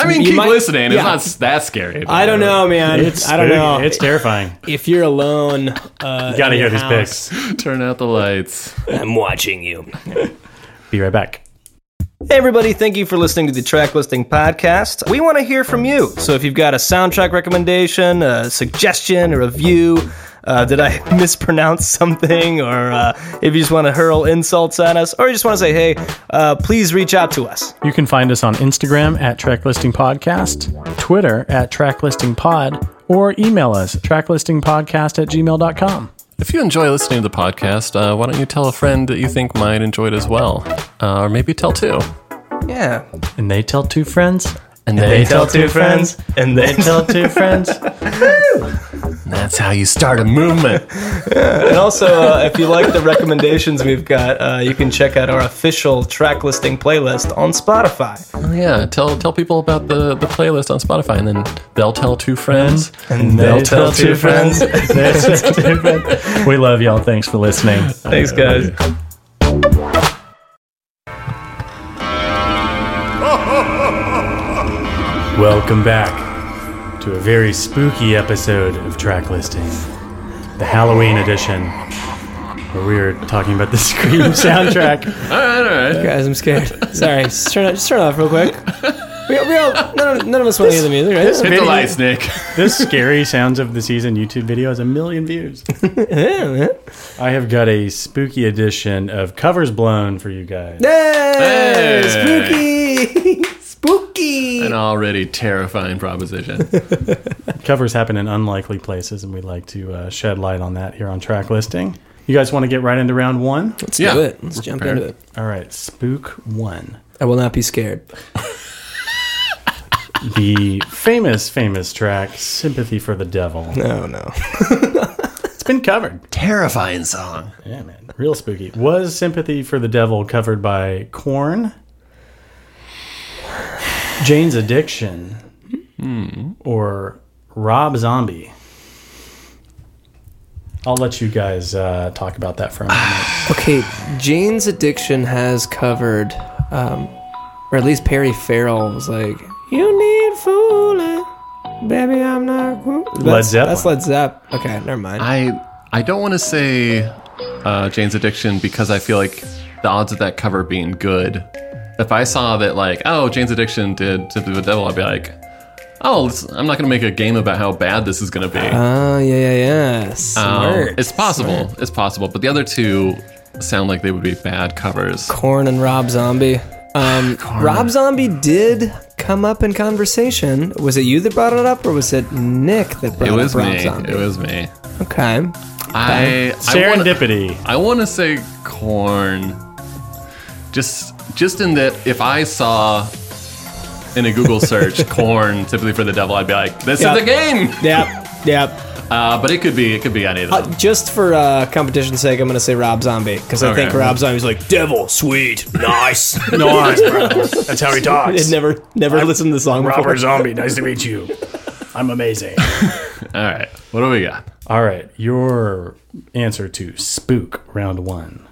I mean,
You
keep
might-
listening.
yeah.
It's not s- that scary.
I don't know, man.
uh, It's
I don't
spooky.
know.
It's terrifying.
if you're alone, uh,
You gotta
in
hear
your
these
house,
picks.
Turn out the lights.
I'm watching you.
Be right back.
Hey everybody, thank you for listening to the Track Listing Podcast. We want to hear from you. So if you've got a soundtrack recommendation, a suggestion, a review, uh, did I mispronounce something? Or uh, if you just want to hurl insults at us, or you just want to say, hey, uh, please reach out to us.
You can find us on Instagram at Tracklisting Podcast, Twitter at Tracklisting Pod, or email us tracklistingpodcast at gmail.com.
If you enjoy listening to the podcast, uh, why don't you tell a friend that you think might enjoy it as well, uh, or maybe tell two.
Yeah.
And they tell two friends.
And they
tell two friends.
And then
Tell two friends.
that's how you start a movement.
And also, uh, if you like the recommendations we've got, uh, you can check out our official track listing playlist on Spotify.
Oh, yeah, tell tell people about the, the playlist on Spotify, and then they'll tell two friends.
And
they'll tell two friends.
They tell two friends. We love y'all. Thanks for listening.
Thanks, guys.
Welcome back to a very spooky episode of Track Listing, the Halloween edition, where we are talking about the Scream soundtrack.
All right, all right.
Guys, I'm scared. Sorry, just turn it, just turn it off real quick. We, we all, none, of, none of us want to hear the music, right?
Hit the lights, Nick.
This scary sounds of the season YouTube video has a million views.
Yeah,
I have got a spooky edition of Covers Blown for you guys.
yeah.
Hey.
Spooky, spooky.
An already terrifying proposition.
Covers happen in unlikely places, and we like to uh, shed light on that here on Track Listing. You guys want to get right into round one?
Let's
Yeah.
do it. Let's jump
prepared.
into it.
All right, Spook One.
I will not be scared.
The famous, famous track, Sympathy for the Devil.
No, no.
It's been covered.
terrifying song.
Yeah, man. Real spooky. Was Sympathy for the Devil covered by Korn? Jane's Addiction? Or Rob Zombie? I'll let you guys uh, talk about that for a minute.
Okay, Jane's addiction has covered, um, or at least Perry Farrell was like, "You need fooling, baby. I'm not." cool." That's-
Zeppelin.
That's Led Zepp. Okay, never mind.
I I don't want to say uh, Jane's Addiction because I feel like the odds of that cover being good. If I saw that like oh Jane's Addiction did Sympathy with the Devil, I'd be like, oh this- I'm not gonna make a game about how bad this is gonna be.
Oh yeah, yeah, yeah. Smart.
Um, it's possible. It's possible. But the other two sound like they would be bad covers.
Corn and Rob Zombie. Um, Rob Zombie did come up in conversation. Was it you that brought it up, or was it Nick that brought
It was
up Rob
me.
Zombie?
It was me.
okay.
I I wanna-
Serendipity.
I want to say corn. Just just in that if I saw in a Google search corn typically for the devil, I'd be like, this
Yeah.
is the game.
Yep. Yep.
Uh, but it could be it could be any of them.
Uh, just for uh, competition's sake, I'm going to say Rob Zombie because I
Okay.
think Rob Zombie's like devil, sweet, nice.
nice, bro. That's how he talks.
I'd never, never listened to the song before.
Zombie. Nice to meet you. I'm amazing.
All right, what do we got?
All right, your answer to Spook round one.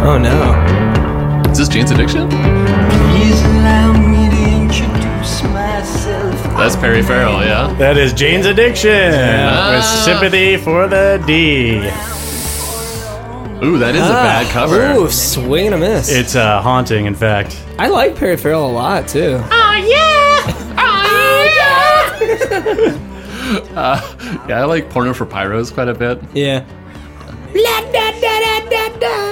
Oh no!
Is this Jane's Addiction?
Please allow me to introduce myself.
That's Perry Farrell, yeah.
That is Jane's Addiction with
Ah.
Sympathy for the D.
Ooh, that is a bad cover.
Ah. Ooh, swing and a miss.
It's uh, haunting, in fact.
I like Perry Farrell a lot too.
Yeah, I like Porno for Pyros quite a bit.
Yeah.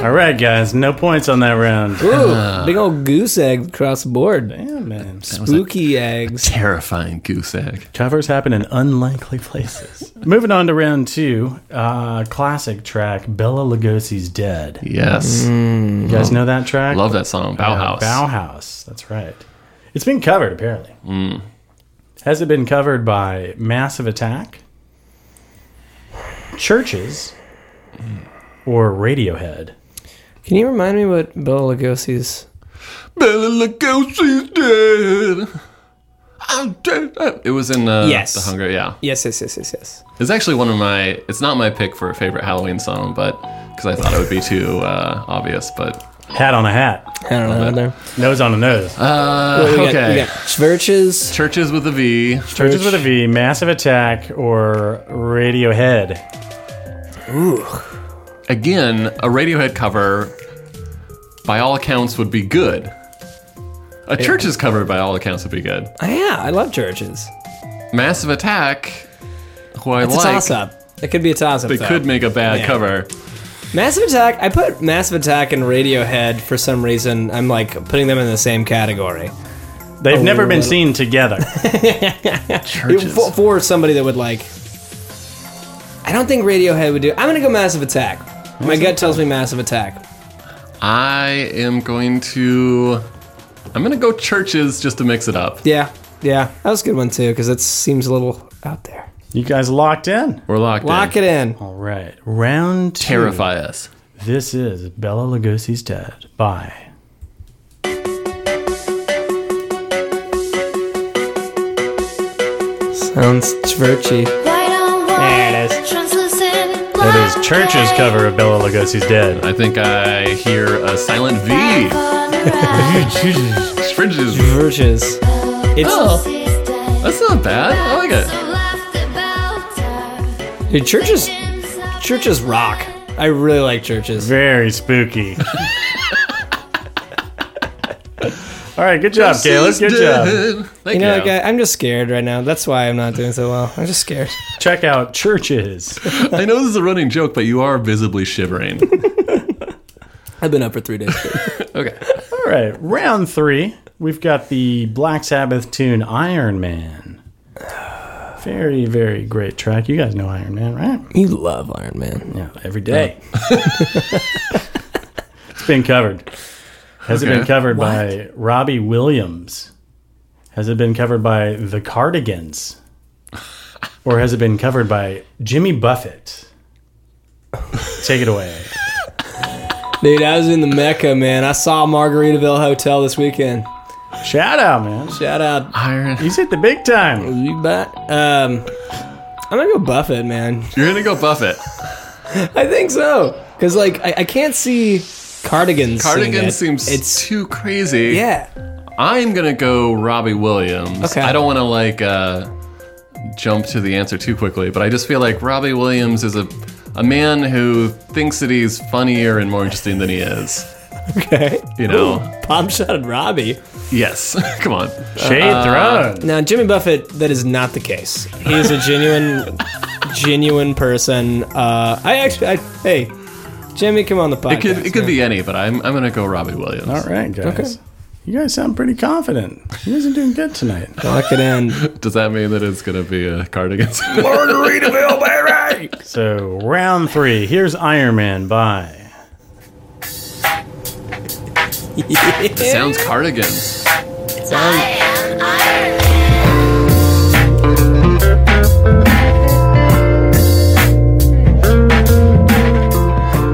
All right, guys, no points on that round.
Ooh,
Uh.
big old goose egg across the board. Damn, man. Spooky eggs.
Terrifying goose egg.
Covers happen in unlikely places. Moving on to round two, uh, classic track Bella Lugosi's "Dead."
Yes.
Mm.
You guys know that track?
Mm-hmm. Love that song.
Uh,
Bauhaus.
Bauhaus. That's right. It's been covered apparently.
Mm.
Has it been covered by Massive Attack, churches, or Radiohead?
Can you remind me what Bela Lugosi's?
Bella Lugosi's dead. I'm dead. I'm- It was in uh,
Yes.
The Hunger, yeah.
Yes, yes, yes, yes, yes.
It's actually one of my, it's not my pick for a favorite Halloween song, but because I thought it would be too uh, obvious, but.
Hat on a hat,
I don't know. There.
nose on a nose.
Uh,
We got,
okay.
we got Churches.
Churches with a V.
churches with a V, Massive Attack, or Radiohead.
Again, a Radiohead cover, by all accounts, would be good. A church's cover, by all accounts, would be good.
Oh, yeah, I love churches.
Massive Attack, who I
It's a
like,
toss up. It could be a toss up.
they could make a bad
Yeah.
cover.
Massive Attack. I put Massive Attack and Radiohead for some reason. I'm like putting them in the same category.
They've never been seen together.
Churches.
For, for somebody that would like. I don't think Radiohead would do. I'm gonna go Massive Attack. My gut tells me Massive Attack.
I am going to. I'm going to go churches just to mix it up.
Yeah, yeah, that was a good one too because it seems a little out there.
you guys locked in.
We're locked
Lock
in.
it in.
All right, round two.
Terrify us.
This is Bella Lugosi's Dead by.
Sounds churchy. There it is.
That is Church's cover of Bella Lugosi's Dead.
I think I hear a silent V. Fringes.
Churches. It's
Oh, that's not bad. I like it.
dude, churches. Churches rock. I really like churches.
Very spooky. All right, good job, Caleb. Good job.
Thank
You
you.
know, like I, I'm just scared right now. That's why I'm not doing so well. I'm just scared.
Check out Churches.
I know this is a running joke, but you are visibly shivering.
I've been up for three days.
okay.
All right, round three. We've got the Black Sabbath tune Iron Man. Very, very great track. You guys know Iron Man, right?
you love Iron Man.
Yeah, every day. it's been covered. Has it been
Okay.
covered by Robbie Williams? Has it been covered by The Cardigans? Or has it been covered by Jimmy Buffett? Take it away.
Dude, I was in the Mecca, man. I saw Margaritaville Hotel this weekend.
Shout out, man.
Shout out.
Iron.
He's hit the big time.
You bet. Um, I'm gonna go Buffett, man.
You're gonna go Buffett.
I think so. Cause like I, I can't see cardigans. sing
Cardigan
it.
seems
It's
too crazy.
yeah.
I'm gonna go Robbie Williams.
Okay.
I don't want to like uh, jump to the answer too quickly, but I just feel like Robbie Williams is a a man who thinks that he's funnier and more interesting than he is.
Okay.
You know?
Pop shot at Robbie.
Yes. Come on.
Shade thrown.
Now Jimmy Buffett, that is not the case. He is a genuine, genuine person. Uh, I actually, I, hey, Jimmy, come on the podcast.
It could it could be any, but I'm I'm gonna go Robbie Williams.
All right, guys. You guys sound pretty confident. You guys are doing good tonight.
Lock it in.
Does that mean that it's gonna be a Cardigan?
So, round three. Here's Iron Man by.
Sounds Cardigans.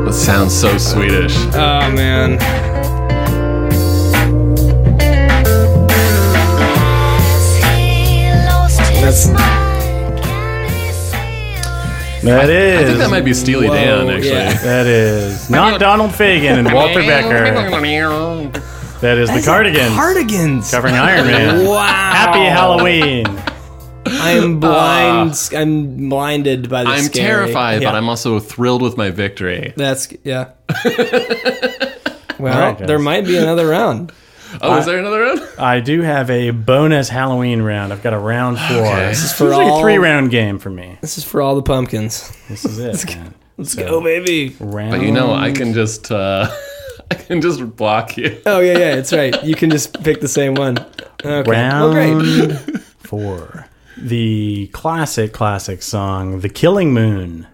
That sounds so Swedish.
Oh man.
That is.
I think that might be Steely Dan, actually.
yeah.
That is not Donald Fagan and Walter Becker. That is the Cardigans
Cardigans.
covering Iron Man.
Wow.
Happy Halloween.
I am blind. I'm blinded by this.
Ah. I'm
scary.
terrified,
Yeah.
but I'm also thrilled with my victory.
That's yeah. well,
All right, guys.
there might be another round.
Oh, is there another round?
I do have a bonus Halloween round. I've got a round four.
Okay.
This is
for
usually
all-
a three round game for me.
This is for all the pumpkins.
This is it. man.
Let's go, baby.
Round.
But you know, I can just uh, I can just block you.
Oh yeah, yeah, it's right. You can just pick the same one. Okay. Well,
round
great.
four. The classic, classic song, "The Killing Moon."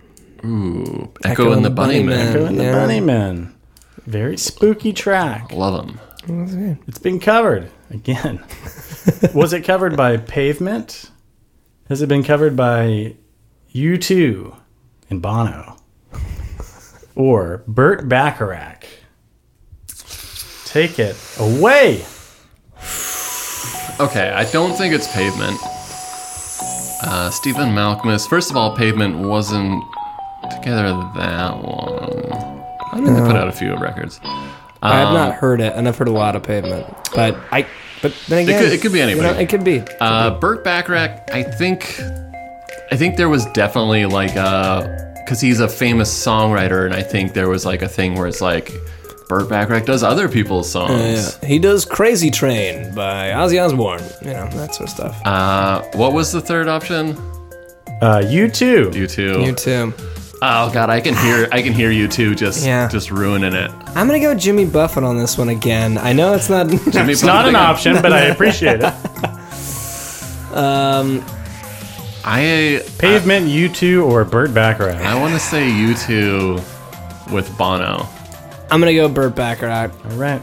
Ooh, Echo, and the Bunny Man.
Doing the
Yeah.
Bunnymen. Very spooky track.
Love them.
It's been covered again. Was it covered by Pavement? Has it been covered by U2 and Bono? Or Burt Bacharach? Take it away.
Okay, I don't think it's Pavement. Uh, Stephen Malcolmus. First of all, Pavement wasn't together that long. I think they put out a few records.
I have not
Um,
heard it, and I've heard a lot of pavement, but I. But then again,
could- it could be
you know,
anybody.
it could be.
Uh, Burt Bacharach, I think, I think there was definitely like a, because he's a famous songwriter, and I think there was like a thing where it's like, Burt Bacharach does other people's
Yeah.
songs.
He does "Crazy Train" by Ozzy Osbourne. You know that sort of stuff.
Uh, what was the third option?
Uh, U2.
You two.
you too.
Oh God, I can hear, I can hear you two just,
Yeah.
just ruining it.
I'm gonna go Jimmy Buffett on this one again. I know it's not.
Jimmy
It's not an
Buffett again.
option, but I appreciate it.
I,
Pavement, U2, or Burt Bacharach.
I want to say you two with Bono.
I'm gonna go Burt Bacharach.
All right.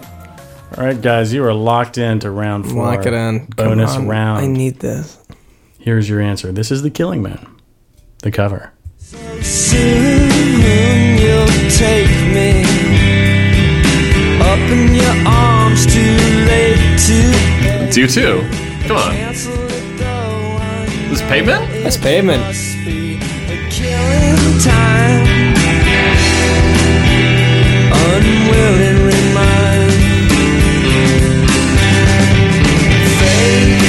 All right, guys, you are locked into round four.
Lock it in. Come
Bonus
on.
round.
I need this.
Here's your answer. This is The Killing Moon, the cover.
Soon you'll take me up in your arms too late to
It's you two. Come on,
cancel it though I
this pavement.
That's pavement.
must be a killing time unwilling remind face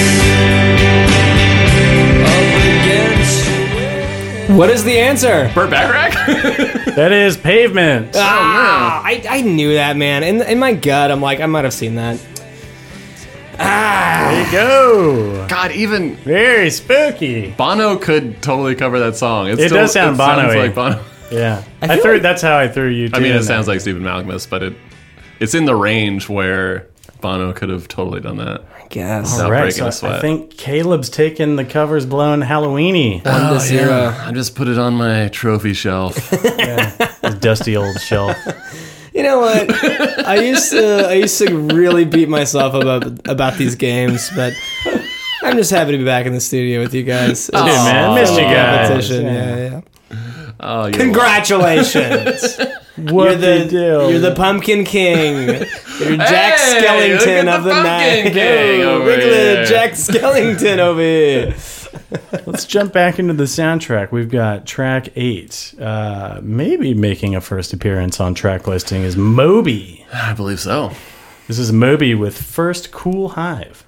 up against your
What is the answer?
Burt Bacharach.
That is Pavement.
Ah, I, I knew that, man. In, in my gut, I'm like, I might have seen that. Ah,
There you go.
God, even
Very spooky.
Bono could totally cover that song. It's
It does sound
it
Bono-y.
Sounds like Bono.
Yeah. I,
feel
threw
like-
that's how I threw you
I mean, it sounds like Stephen Malcolmus, but it it's in the range where Bono could have totally done that.
I guess.
without
right.
breaking
So
a sweat.
I think Caleb's taking the covers blown Halloweeny.
One to zero.
I just put it on my trophy shelf.
His dusty old shelf.
You know what? I used to I used to really beat myself about about these games, but I'm just happy to be back in the studio with you guys.
Dude,
It's
man, missed you guys.
competition. Yeah, yeah.
Oh, you
Congratulations.
What
You're the,
the deal?
you're the pumpkin king. You're Jack
Hey, look
Skellington
at
of
the
the
pumpkin
night.
king
Oh,
over
look at
here.
Jack Skellington over here.
Let's jump back into the soundtrack. We've got track eight. Uh, maybe making a first appearance on track listing is Moby.
I believe so.
This is Moby with First Cool Hive.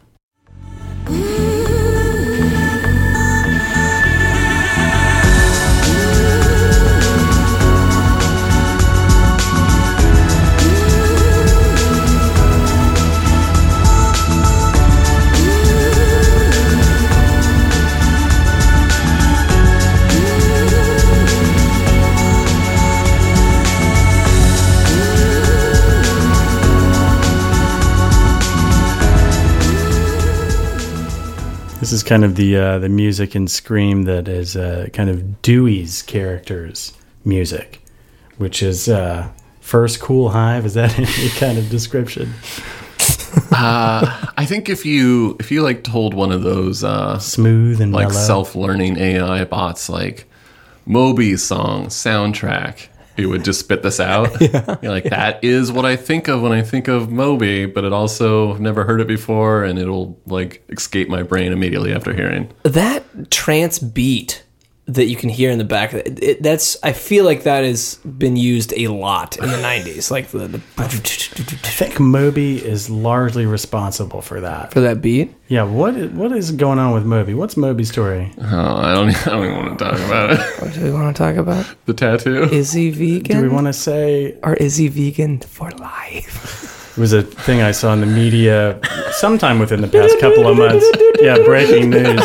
This is kind of the uh, the music in Scream that is uh, kind of Dewey's character's music, which is uh, first cool hive. Is that any kind of description?
I think if you if you like told one of those uh,
Smooth and
like
mellow.
self learning AI bots like Moby song soundtrack, it would just spit this out. You're like, that is what I think of when I think of Moby, but it also I've never heard it before, and it'll like escape my brain immediately after hearing.
that trance beat that you can hear in the back it, it- that's i feel like that has been used a lot in the 90s like the,
I
the
think Moby is largely responsible for that.
for that beat
Yeah, what is, what is going on with Moby? What's Moby's story?
Oh, I don't, I don't even want to talk about it.
what do we want to talk about
the tattoo.
is he vegan
Do we want to say
or is he vegan for life
It was a thing I saw in the media sometime within the past couple of months. Yeah, breaking news.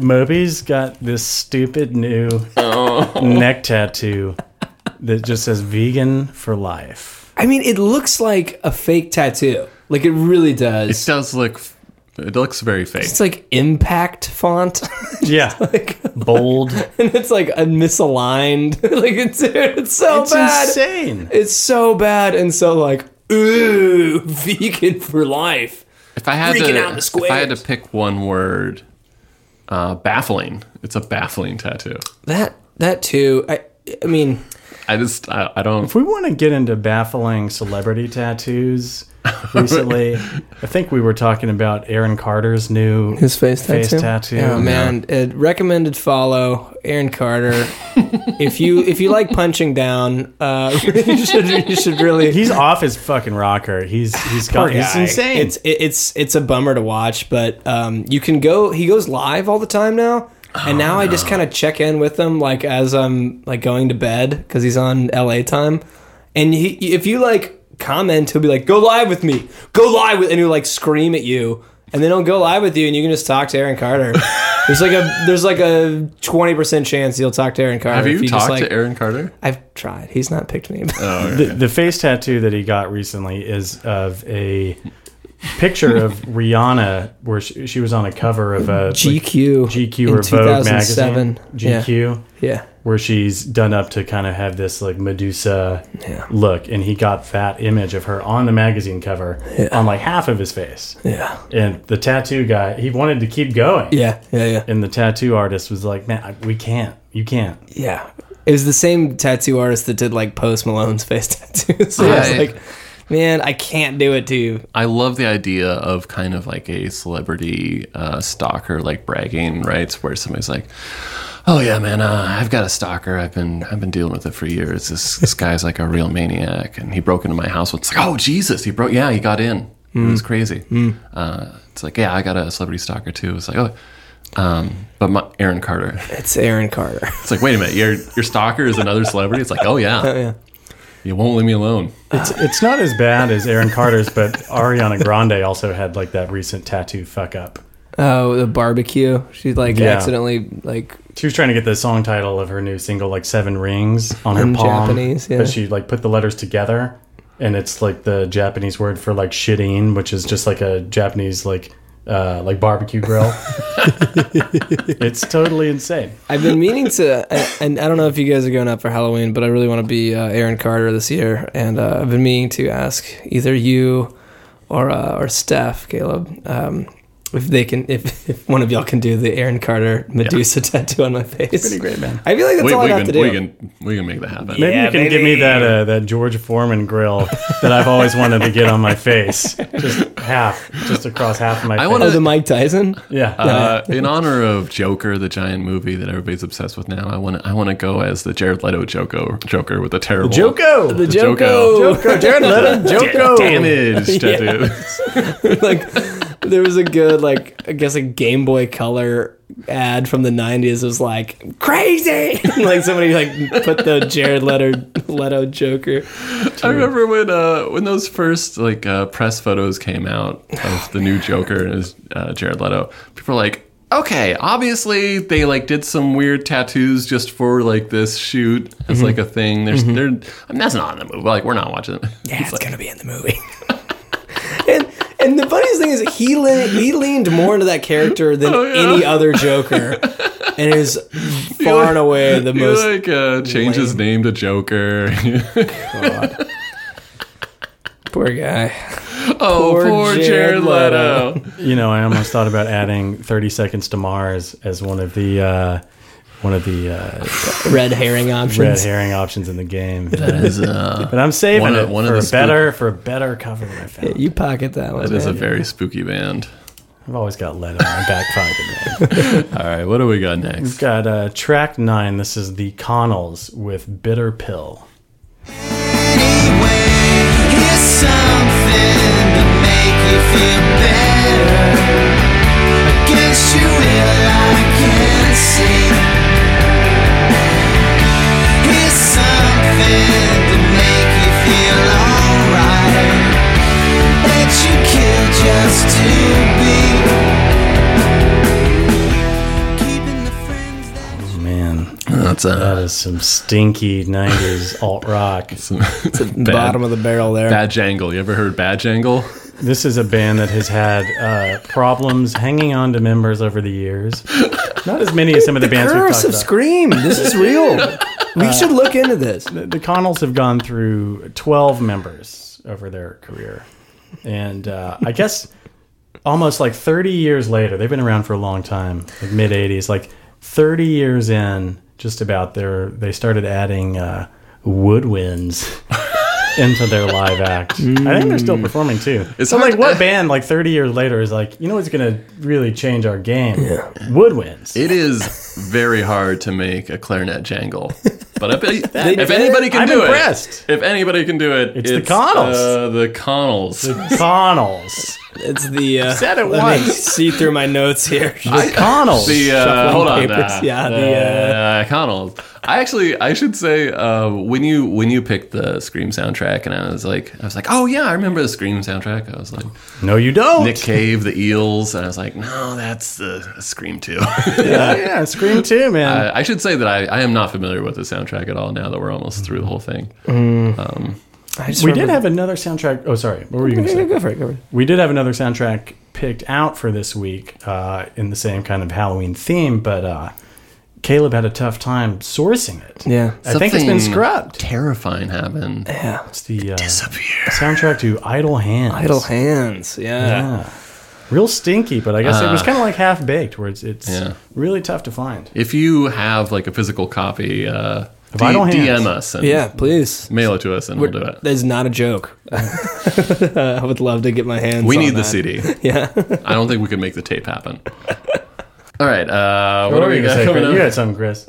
Moby's got this stupid new
Oh.
neck tattoo that just says vegan for life.
I mean, it looks like a fake tattoo. Like it really does.
It does look. It looks very fake.
It's like impact font.
Yeah.
like,
Bold.
and it's like a misaligned. like it's it's so
It's
bad.
insane.
It's so bad and so like ooh vegan for life.
If I had
Freaking
to,
out the
if I had to
squares.
pick one word, uh, baffling. It's a baffling tattoo.
That that too. I I mean,
I just, I, I don't.
If we want to get into baffling celebrity tattoos recently, I think we were talking about Aaron Carter's new
his face tattoo.
Face tattoo.
Oh man, Uh, recommended follow Aaron Carter. if you if you like punching down, uh, you should you should really
He's off his fucking rocker. He's he's
Poor
got he's
guy.
insane.
It's it, it's it's a bummer to watch, but um, you can go. He goes live all the time now,
Oh,
and now I just kind of check in with him like as I'm like going to bed because he's on LA time, and he if you like comment, he'll be like, "Go live with me, go live with," and he'll like scream at you, and then he'll go live with you, and you can just talk to Aaron Carter. There's like a there's like a twenty percent chance you'll talk to Aaron Carter.
Have
if
you,
just,
talked
like-
to Aaron Carter?
I've tried. He's not picked me.
the, the face tattoo that he got recently is of a picture of Rihanna where she, she was on a cover of a like,
GQ
GQ
in
or Vogue
2007.
magazine. GQ.
yeah.
Where she's done up to kind of have this like Medusa
Yeah.
look, and he got that image of her on the magazine cover on like half of his face.
Yeah.
And the tattoo guy, he wanted to keep going,
Yeah. Yeah. Yeah.
and the tattoo artist was like, "Man, I- we can't, you can't."
Yeah. It was the same tattoo artist that did like Post Malone's face tattoos. so I was
Right.
like, man, I can't do it to you.
I love the idea of kind of like a celebrity uh, stalker, like bragging rights, where somebody's like, "Oh yeah, man, uh, I've got a stalker. I've been I've been dealing with it for years. This this guy's like a real maniac, and he broke into my house. It's like, oh Jesus, he broke. Yeah, he got in. It
Mm.
was crazy. Uh, it's like, yeah, I got a celebrity stalker too. It's like, oh, um, but my Aaron Carter.
It's Aaron Carter.
It's like, wait a minute, your your stalker is another celebrity. It's like, oh yeah,
yeah.
you won't leave me alone.
It's it's not as bad as Aaron Carter's, but Ariana Grande also had like that recent tattoo fuck up.
Oh, the barbecue. She like
Yeah.
accidentally like
She was trying to get the song title of her new single like Seven Rings on her
In
palm,
Japanese, yeah.
but she like put the letters together, and it's like the Japanese word for like shitting, which is just like a Japanese like uh, like barbecue grill. it's totally insane.
I've been meaning to, and- and I don't know if you guys are going out for Halloween, but I really want to be uh, Aaron Carter this year, and uh, I've been meaning to ask either you or uh, or Steph, Caleb, um, if they can, if, if one of y'all can do the Aaron Carter Medusa tattoo on my face. pretty great, man. I feel like that's
We,
all
we
I have
can
to do.
we can we can make that happen.
Maybe you can give me that uh, that George Foreman grill that I've always wanted to get on my face, just half, just across half of my.
I
face.
wanna-
Oh, the Mike Tyson.
yeah.
Uh, in honor of Joker, the giant movie that everybody's obsessed with now, I want to I want to go as the Jared Leto Joker, Joker with a terrible
Joko.
The
Joko.
Joko.
Jared Leto, Joko.
damage tattoo.
like there was a good like I guess a Game Boy Color ad from the '90s was like crazy, And, like somebody like put the Jared Leto Leto Joker.
I remember when uh, when those first like uh, press photos came out of the new Joker and his, uh, Jared Leto, people were like. Okay, obviously they like did some weird tattoos just for like this shoot
Mm-hmm.
as like a thing. There's, they're, I mean, that's not in the movie. Like we're not watching it.
Yeah, it's gonna be in the movie. and and the funniest thing is he le- he leaned more into that character than
yeah.
any other Joker, and is far and away the
You
most.
like uh, change his name to Joker.
poor guy.
oh,
Poor
poor,
Jared
Jared,
Leto.
Leto.
You know, I almost thought about adding 30 Seconds to Mars as one of the uh, one of the uh,
Red herring options.
red herring options in the game.
That is, uh,
But I'm saving
One of-
it
one of
for
the
a
spook-
better for a better cover that I found.
You pocket that one.
that is a
man.
very spooky band.
I've always got lead in my back pocket. man.
All right, what do we got next?
got uh, track nine. This is the Connells with Bitter Pill.
Here's something to make you feel alright.
That's uh, a
Oh, That is some stinky 90s alt rock.
bad,
Bottom of the barrel there.
bad jangle. You ever heard bad jangle?
This is a band that has had uh, problems hanging on to members over the years. Not as many as some of the, bands we've
Curse
talked
of
about.
Scream. This is real. we should look into this.
the Connells have gone through 12 members over their career. And uh, I guess almost like 30 years later, they've been around for a long time, like mid 80s, like 30 years in, just about, their, they started adding uh, woodwinds. into their live act. I think they're still performing too. so
hard
like what band like 30 years later is like, you know what's going to really change our game? Woodwinds.
It is very hard to make a clarinet jangle. But I bet, if
did?
anybody can
I'm
do
impressed.
it, if anybody can do it,
It's the Connells.
Uh, the Connells.
Connells.
It's the uh,
Said it
let me
once.
see through my notes here.
The Connells.
The uh, hold on,
papers.
uh,
Yeah, the,
uh, Connells. I actually, I should say, uh, when you when you picked the Scream soundtrack, and I was like, I was like, oh yeah, I remember the Scream soundtrack. I was like,
no you don't.
Nick Cave, the Eels, and I was like, no, that's the Scream too.
yeah, yeah, Scream too, man.
I, I should say that I, I am not familiar with the soundtrack at all. Now that we're almost through the whole thing,
Oh. I just
we did
remember-
have another soundtrack. Oh, sorry. What were you going to
Yeah,
say?
Go for it. Go for it.
We did have another soundtrack picked out for this week uh, in the same kind of Halloween theme, but uh, Caleb had a tough time sourcing it.
Yeah.
I think it's been
Something
scrubbed.
terrifying happened.
Eh.
It's the uh, soundtrack to Idle Hands.
Idle hands. Yeah.
Yeah. Real stinky, but I guess it was kind of like half baked, where it's, it's
Uh. Yeah.
really tough to find.
If you have like a physical copy, uh, D-
Vital Hands.
DM us and
Yeah. please.
mail it to us, and we'll do it.
That is not a joke. I would love to get my hands.
We
on
need the
that.
CD.
Yeah.
I don't think we could make the tape happen. All right, uh, what,
What
are
were
we
you
got
going to say?
coming
Chris?
up?
You had something, Chris.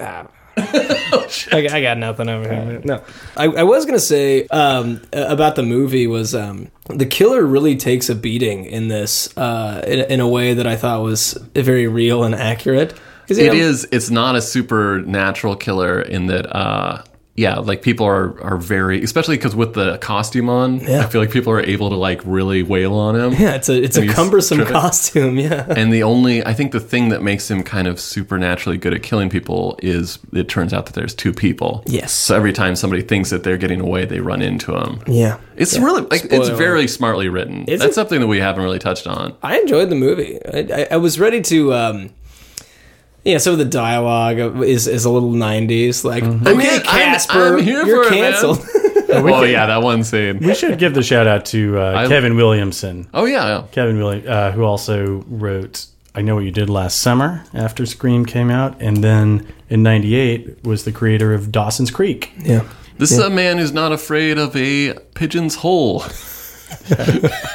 Ah. I, I got nothing over here. No, I, I was gonna say um, uh, about the movie was um, the killer really takes a beating in this uh, in, in a way that I thought was very real and accurate. It is.
It is. It's not a supernatural killer in that. Uh, yeah, like people are are very, especially because with the costume on, I feel like people are able to like really wail on him.
Yeah, it's a it's a
He's
cumbersome
driven.
costume. Yeah,
And the only, I think the thing that makes him kind of supernaturally good at killing people is it turns out that there's two people.
Yes.
So every time somebody thinks that they're getting away, they run into him.
yeah.
It's really, like, it's
Spoiler.
very smartly written.
Is
That's
it?
something that we haven't really touched on.
I enjoyed the movie. I, I, I was ready to. Um, yeah, some of the dialogue is is a little '90s. Like, okay,
Mm-hmm. mean, I'm-
Casper,
I'm here
you're
for it, man."
canceled.
Oh, yeah, that one scene.
We should give the shout out to uh,
I-
Kevin Williamson.
Oh, yeah. yeah.
Kevin Williams, uh, who also wrote "I Know What You Did Last Summer" after Scream came out, and then in '98 was the creator of Dawson's Creek.
yeah,
This is a man who's not afraid of a pigeon's hole.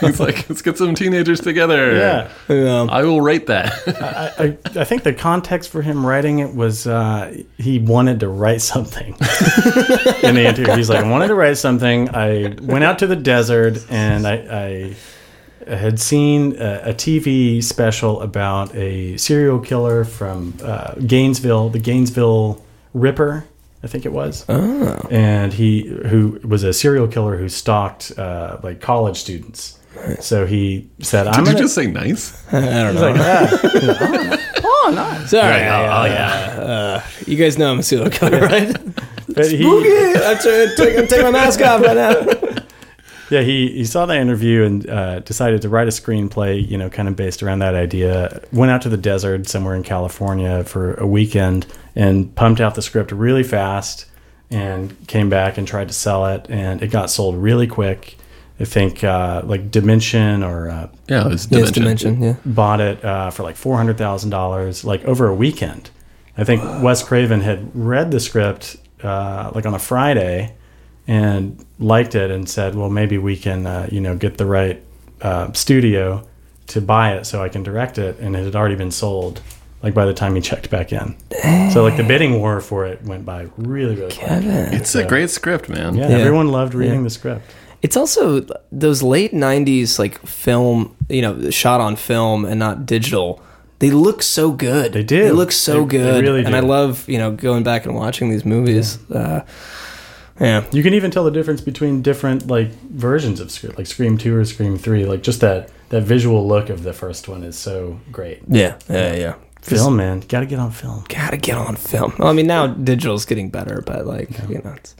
He's like, let's get some teenagers together.
Yeah,
yeah.
I will rate that.
I, I, I think the context for him writing it was uh, he wanted to write something. in the interview, he's like, "I wanted to write something. I went out to the desert and I." I had seen a, a TV special about a serial killer from uh, Gainesville, the Gainesville Ripper, I think it was.
Oh.
and he who was a serial killer who stalked uh, like college students. So he said, "I'm
Did
gonna."
you just say nice?
Sorry,
oh,
uh, you guys know I'm a serial killer, right?
but he,
I'm trying to take, take my mask off right now.
yeah, he, he saw that interview and uh, decided to write a screenplay, you know, kind of based around that idea. Went out to the desert somewhere in California for a weekend and pumped out the script really fast and came back and tried to sell it. And it got sold really quick. I think uh, like Dimension or uh,
Yeah, it's
Yes,
dimension.
dimension. Yeah,
bought it uh, for like four hundred thousand dollars, like over a weekend. I think Wes Craven had read the script uh, like on a Friday and liked it and said, "Well, maybe we can, uh, you know, get the right uh, studio to buy it so I can direct it." And it had already been sold. Like by the time he checked back in, so like the bidding war for it went by really, really quick. Yeah,
It's a great script, man.
everyone loved reading the script.
it's also those late '90s like film, you know, shot on film and not digital. They look so good. They
do.
They look so
They- they
good.
really
and
do.
I love you know going back and watching these movies. Yeah. Uh, yeah.
You can even tell the difference between different like versions of Scream, like Scream Two or Scream Three. Like just that that visual look of the first one is so great.
Yeah, yeah, yeah.
Film, man. Got to get on film.
gotta get on film. Well, I mean, now digital's getting better, but like you know, it's,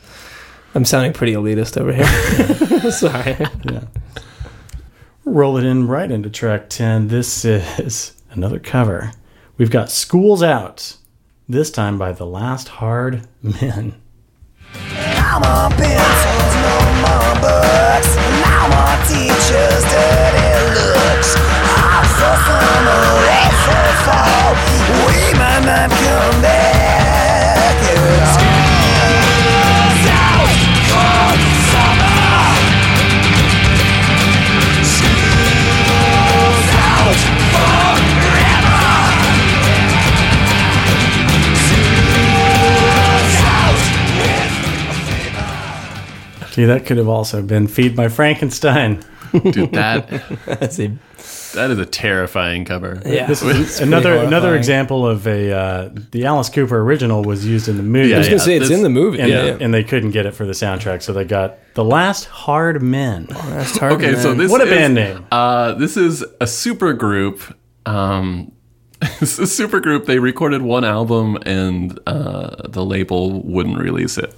I'm sounding pretty elitist over here. Sorry.
Yeah. Roll it in right into track 10. This is another cover. We've got Schools Out, this time by The Last Hard Men.
Now my pencils, no more books. Now my teacher's dirty looks. I suffer no awful fall. We might not come back at all. Schools out for the summer. Schools out forever. Schools out with
Gee, that could have also been Feed My Frankenstein.
Dude, that
That's a,
that is a terrifying cover.
yeah.
This is another
horrifying.
another example of a uh, the Alice Cooper original was used in the movie.
Yeah,
I was gonna
yeah,
say it's
this-
in the movie.
And, and they couldn't get it for the soundtrack, so they got The Last Hard Men.
That's hard.
Okay, so this
What a
is,
band name.
Uh, this is a super group. Um, it's a super group. They recorded one album and uh, the label wouldn't release it.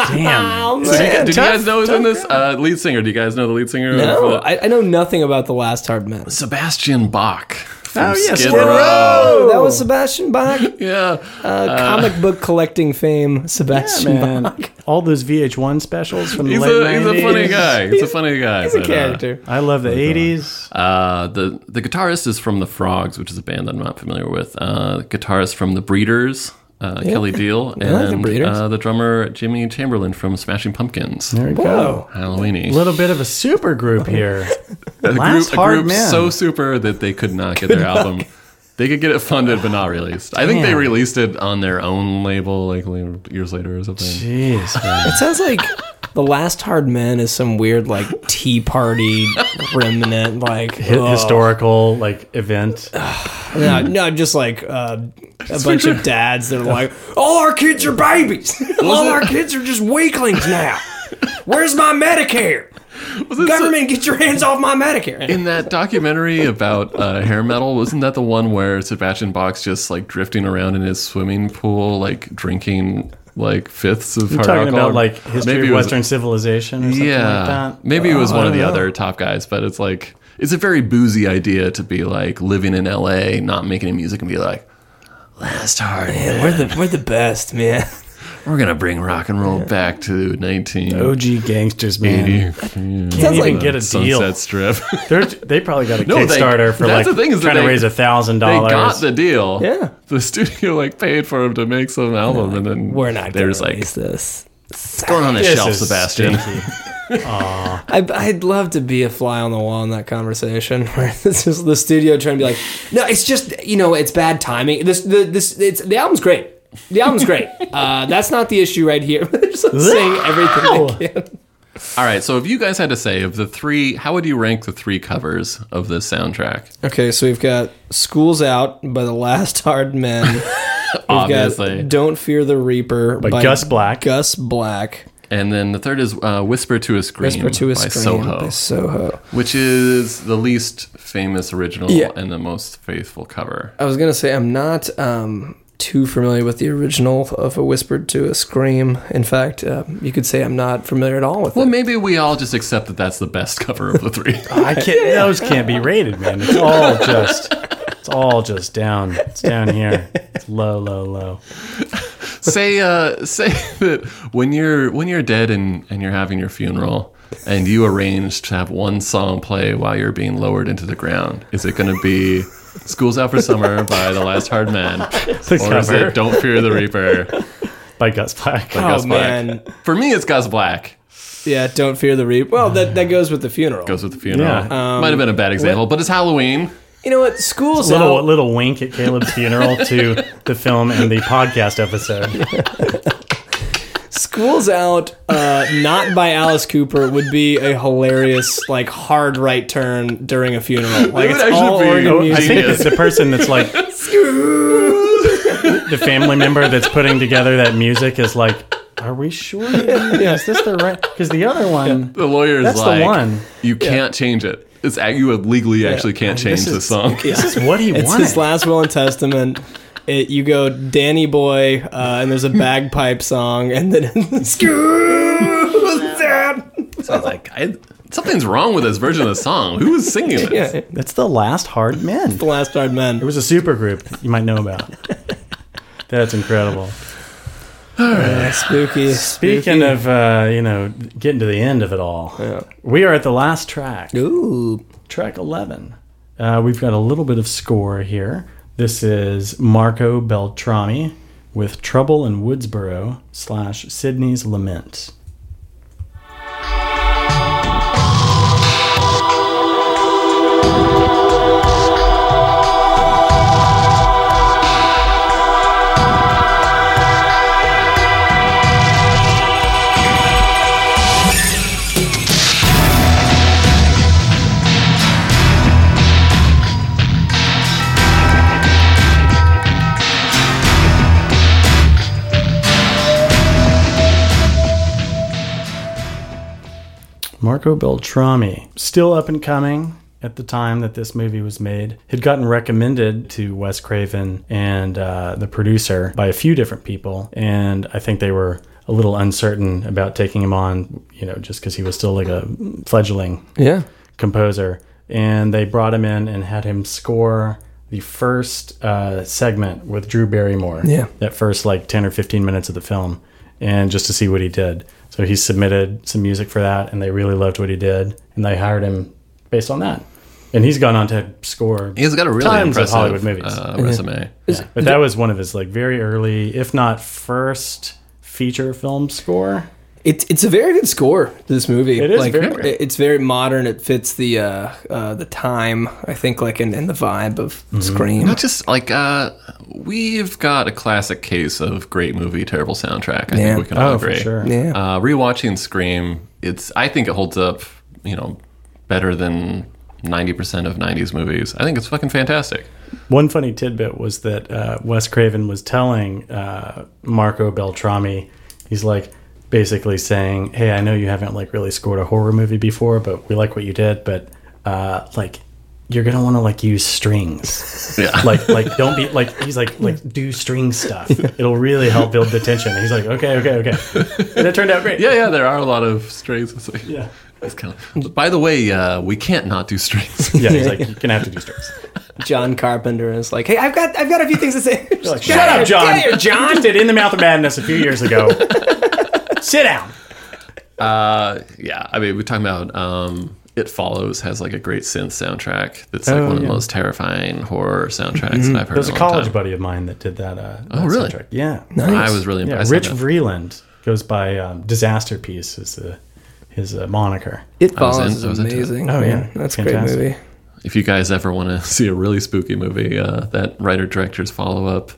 Oh,
Damn.
Did, you, did you guys know who's in this? Uh, lead singer. Do you guys know the lead singer?
no,
of, uh,
I, I know nothing about the last hard men.
Sebastian Bach. From
Oh, yeah,
Skid
Skid Row.
Row.
Oh, that was Sebastian Bach, uh,
Yeah.
comic book collecting fame. Sebastian
Man,
Bach,
all those VH1 specials from the
He's
late
a, he's a
90s.
funny guy. He's a funny guy.
he's a
but, uh,
character.
I love the 80s.
Uh, the the guitarist is from the Frogs, which is a band I'm not familiar with. Uh, the guitarist from the Breeders, uh, Kelly Deal, and
like the Breeders.
Uh, the drummer Jimmy Chamberlain from Smashing Pumpkins.
There we go.
Whoa.
Halloweeny.
A little bit of a super group here.
a
Last
group, a
Hard
group
Men.
so super that they could not get their album. They could get it funded, but not released. I think they
Damn.
released it on their own label, like la- years later or something.
Jeez, man.
It sounds like the last hard men is some weird like tea party remnant, like
Hi-
oh.
Historical like event.
No, no, just like uh, a bunch of dads that are like, all our kids are babies. all our kids are just weaklings now. Where's my Medicare? Government, get your hands off my Medicare.
In that documentary about uh, hair metal, wasn't that the one where Sebastian Bach's just like drifting around in his swimming pool, like drinking like fifths of
You're
hard
talking
alcohol?
about like history
Maybe
of
it was-
Western civilization or something
yeah,
like that.
maybe it was
Oh,
one
I
of the
don't know.
other top guys, but it's like it's a very boozy idea to be like living in L.A., not making any music, and be like, last hard,
Man, we're the we're the best, man.
we're gonna bring rock and roll back to 1980.
OG gangsters, man. Can't
Sounds
even
like-
get a deal.
Sunset Strip.
They're, they probably got a
No, they-
Kickstarter for like
that's the thing is that
trying to
they-
raise a thousand
they got
dollars.
the deal.
Yeah.
the studio like paid for him to make some album, and then
We're not
They
gonna
were just like
release this.
going on the
This
shelf,
is
Sebastian.
stinky.
I, I'd love to be a fly on the wall in that conversation where it's just the studio trying to be like, no, it's just you know, it's bad timing. This the this it's the album's great. The album's great. Uh, that's not the issue right here. They're just saying everything they can.
All right, so if you guys had to say of the three, how would you rank the three covers of this soundtrack?
Okay, so we've got "School's Out" by the Last Hard Men. We've
Obviously.
got "Don't Fear the Reaper" by,
Gus Black.
Gus Black.
And then the third is uh, "Whisper to a Scream"
"Whisper to a
by
Scream"
Soho,
by Soho.
which is the least famous original
Yeah.
and the most faithful cover.
I was gonna say I'm not um, too familiar with the original of "A Whisper to a Scream." In fact, uh, you could say I'm not familiar at all with
Well,
it.
maybe we all just accept that that's the best cover of the three.
I can't. Those can't be rated, man. It's all just. It's all just down. It's down here. It's low, low, low.
say uh, say that when you're when you're dead and, and you're having your funeral and you arrange to have one song play while you're being lowered into the ground, is it going to be "School's Out for Summer" by The Last Hard Men,
The
or is
cover
it "Don't Fear the Reaper" by
by Gus Black.
Gus
man.
Black? For me, it's Gus Black.
Yeah, "Don't Fear the Reaper." Well, that, that goes with the funeral.
Goes with the funeral.
Oh, Yeah. um,
Might have been a bad example, but it's Halloween.
You know what? "School's Out."
little little wink at Caleb's funeral to the film and the podcast episode.
School's Out, uh, not by Alice Cooper, would be a hilarious, like, hard right turn during a funeral. Like,
would
it's
actually
all
be-
organ
Oh, I
music.
think it's the person that's like the family member that's putting together that music is like, are we sure? Is this the right? Because the other one,
The lawyer is
That's the
like,
one.
"You can't change it." it's ac- you legally actually can't change
This
the
is-
song.
This is what he
It's
wanted.
his last will and testament. It, you go Danny Boy, uh, and there's a bagpipe song, and then screw that.
So I was like, I, something's wrong with this version of the song. Who is singing this?
Yeah,
That's the last hard men.
the last hard
It
men.
was a super group you might know about. That's incredible.
Spooky.
Speaking of, uh, you know, getting to the end of it all, we are at the last track,
Ooh,
track 11. Uh, we've got a little bit of score here. This is Marco Beltrami with Trouble in Woodsboro slash Sydney's Lament. Marco Beltrami, still up and coming at the time that this movie was made, had gotten recommended to Wes Craven and uh, the producer by a few different people, and I think they were a little uncertain about taking him on, you know, just because he was still like a fledgling
yeah.
composer, and they brought him in and had him score the first uh, segment with Drew Barrymore.
Yeah.
that first like ten or fifteen minutes of the film, and just to see what he did. So he submitted some music for that, and they really loved what he did, and they hired him based on that. And he's gone on to score.
He's got a really
tons
impressive
of Hollywood movies.
Uh, resume.
but that was one of his like very early, if not first, feature film score.
It's it's a very good score. This movie,
It is
like
very good.
it- it's very modern. It fits the uh, uh, the time, I think, like and, and the vibe of Scream.
Mm-hmm. Not just like uh, we've got a classic case of great movie, terrible soundtrack. I
Yeah.
think we can all
Oh, for
agree.
sure.
Yeah,
Uh, rewatching Scream, it's I think it holds up, you know, better than ninety percent of '90s movies. I think it's fucking fantastic.
One funny tidbit was that uh, Wes Craven was telling uh, Marco Beltrami, he's like basically saying, "Hey, I know you haven't like really scored a horror movie before, but we like what you did. But uh, like, you're gonna want to like use strings.
Yeah.
like, like don't be like he's like like do string stuff. It'll really help build the tension." And he's like, "Okay, okay, okay," and it turned out great.
Yeah, yeah, there are a lot of strings. It's like,
yeah.
it's kind of. By the way, uh, we can't not do strings.
Yeah, he's like, you're gonna have to do strings.
John Carpenter is like, hey, I've got I've got a few things to say.
You're like, Shut up, John.
Get out of here,
You just did In the Mouth of Madness a few years ago. Sit down.
Uh, yeah, I mean, we're talking about um, It Follows has like a great synth soundtrack that's like
Oh,
one of the
yeah. Mm-hmm.
most terrifying horror soundtracks that I've heard.
There's
in
a
a long
college
time. Oh,
buddy of mine that did that. Uh, that
really?
soundtrack. Yeah.
I was really
Yeah.
impressed.
Rich
with it.
Vreeland goes by um, Disaster Piece is the, his uh, moniker.
It
I was
Follows
in-
is
I was into it.
amazing.
Oh,
man.
yeah.
that's a
Fantastic.
great movie.
if you guys ever want to see a really spooky movie, uh, that writer director's follow up,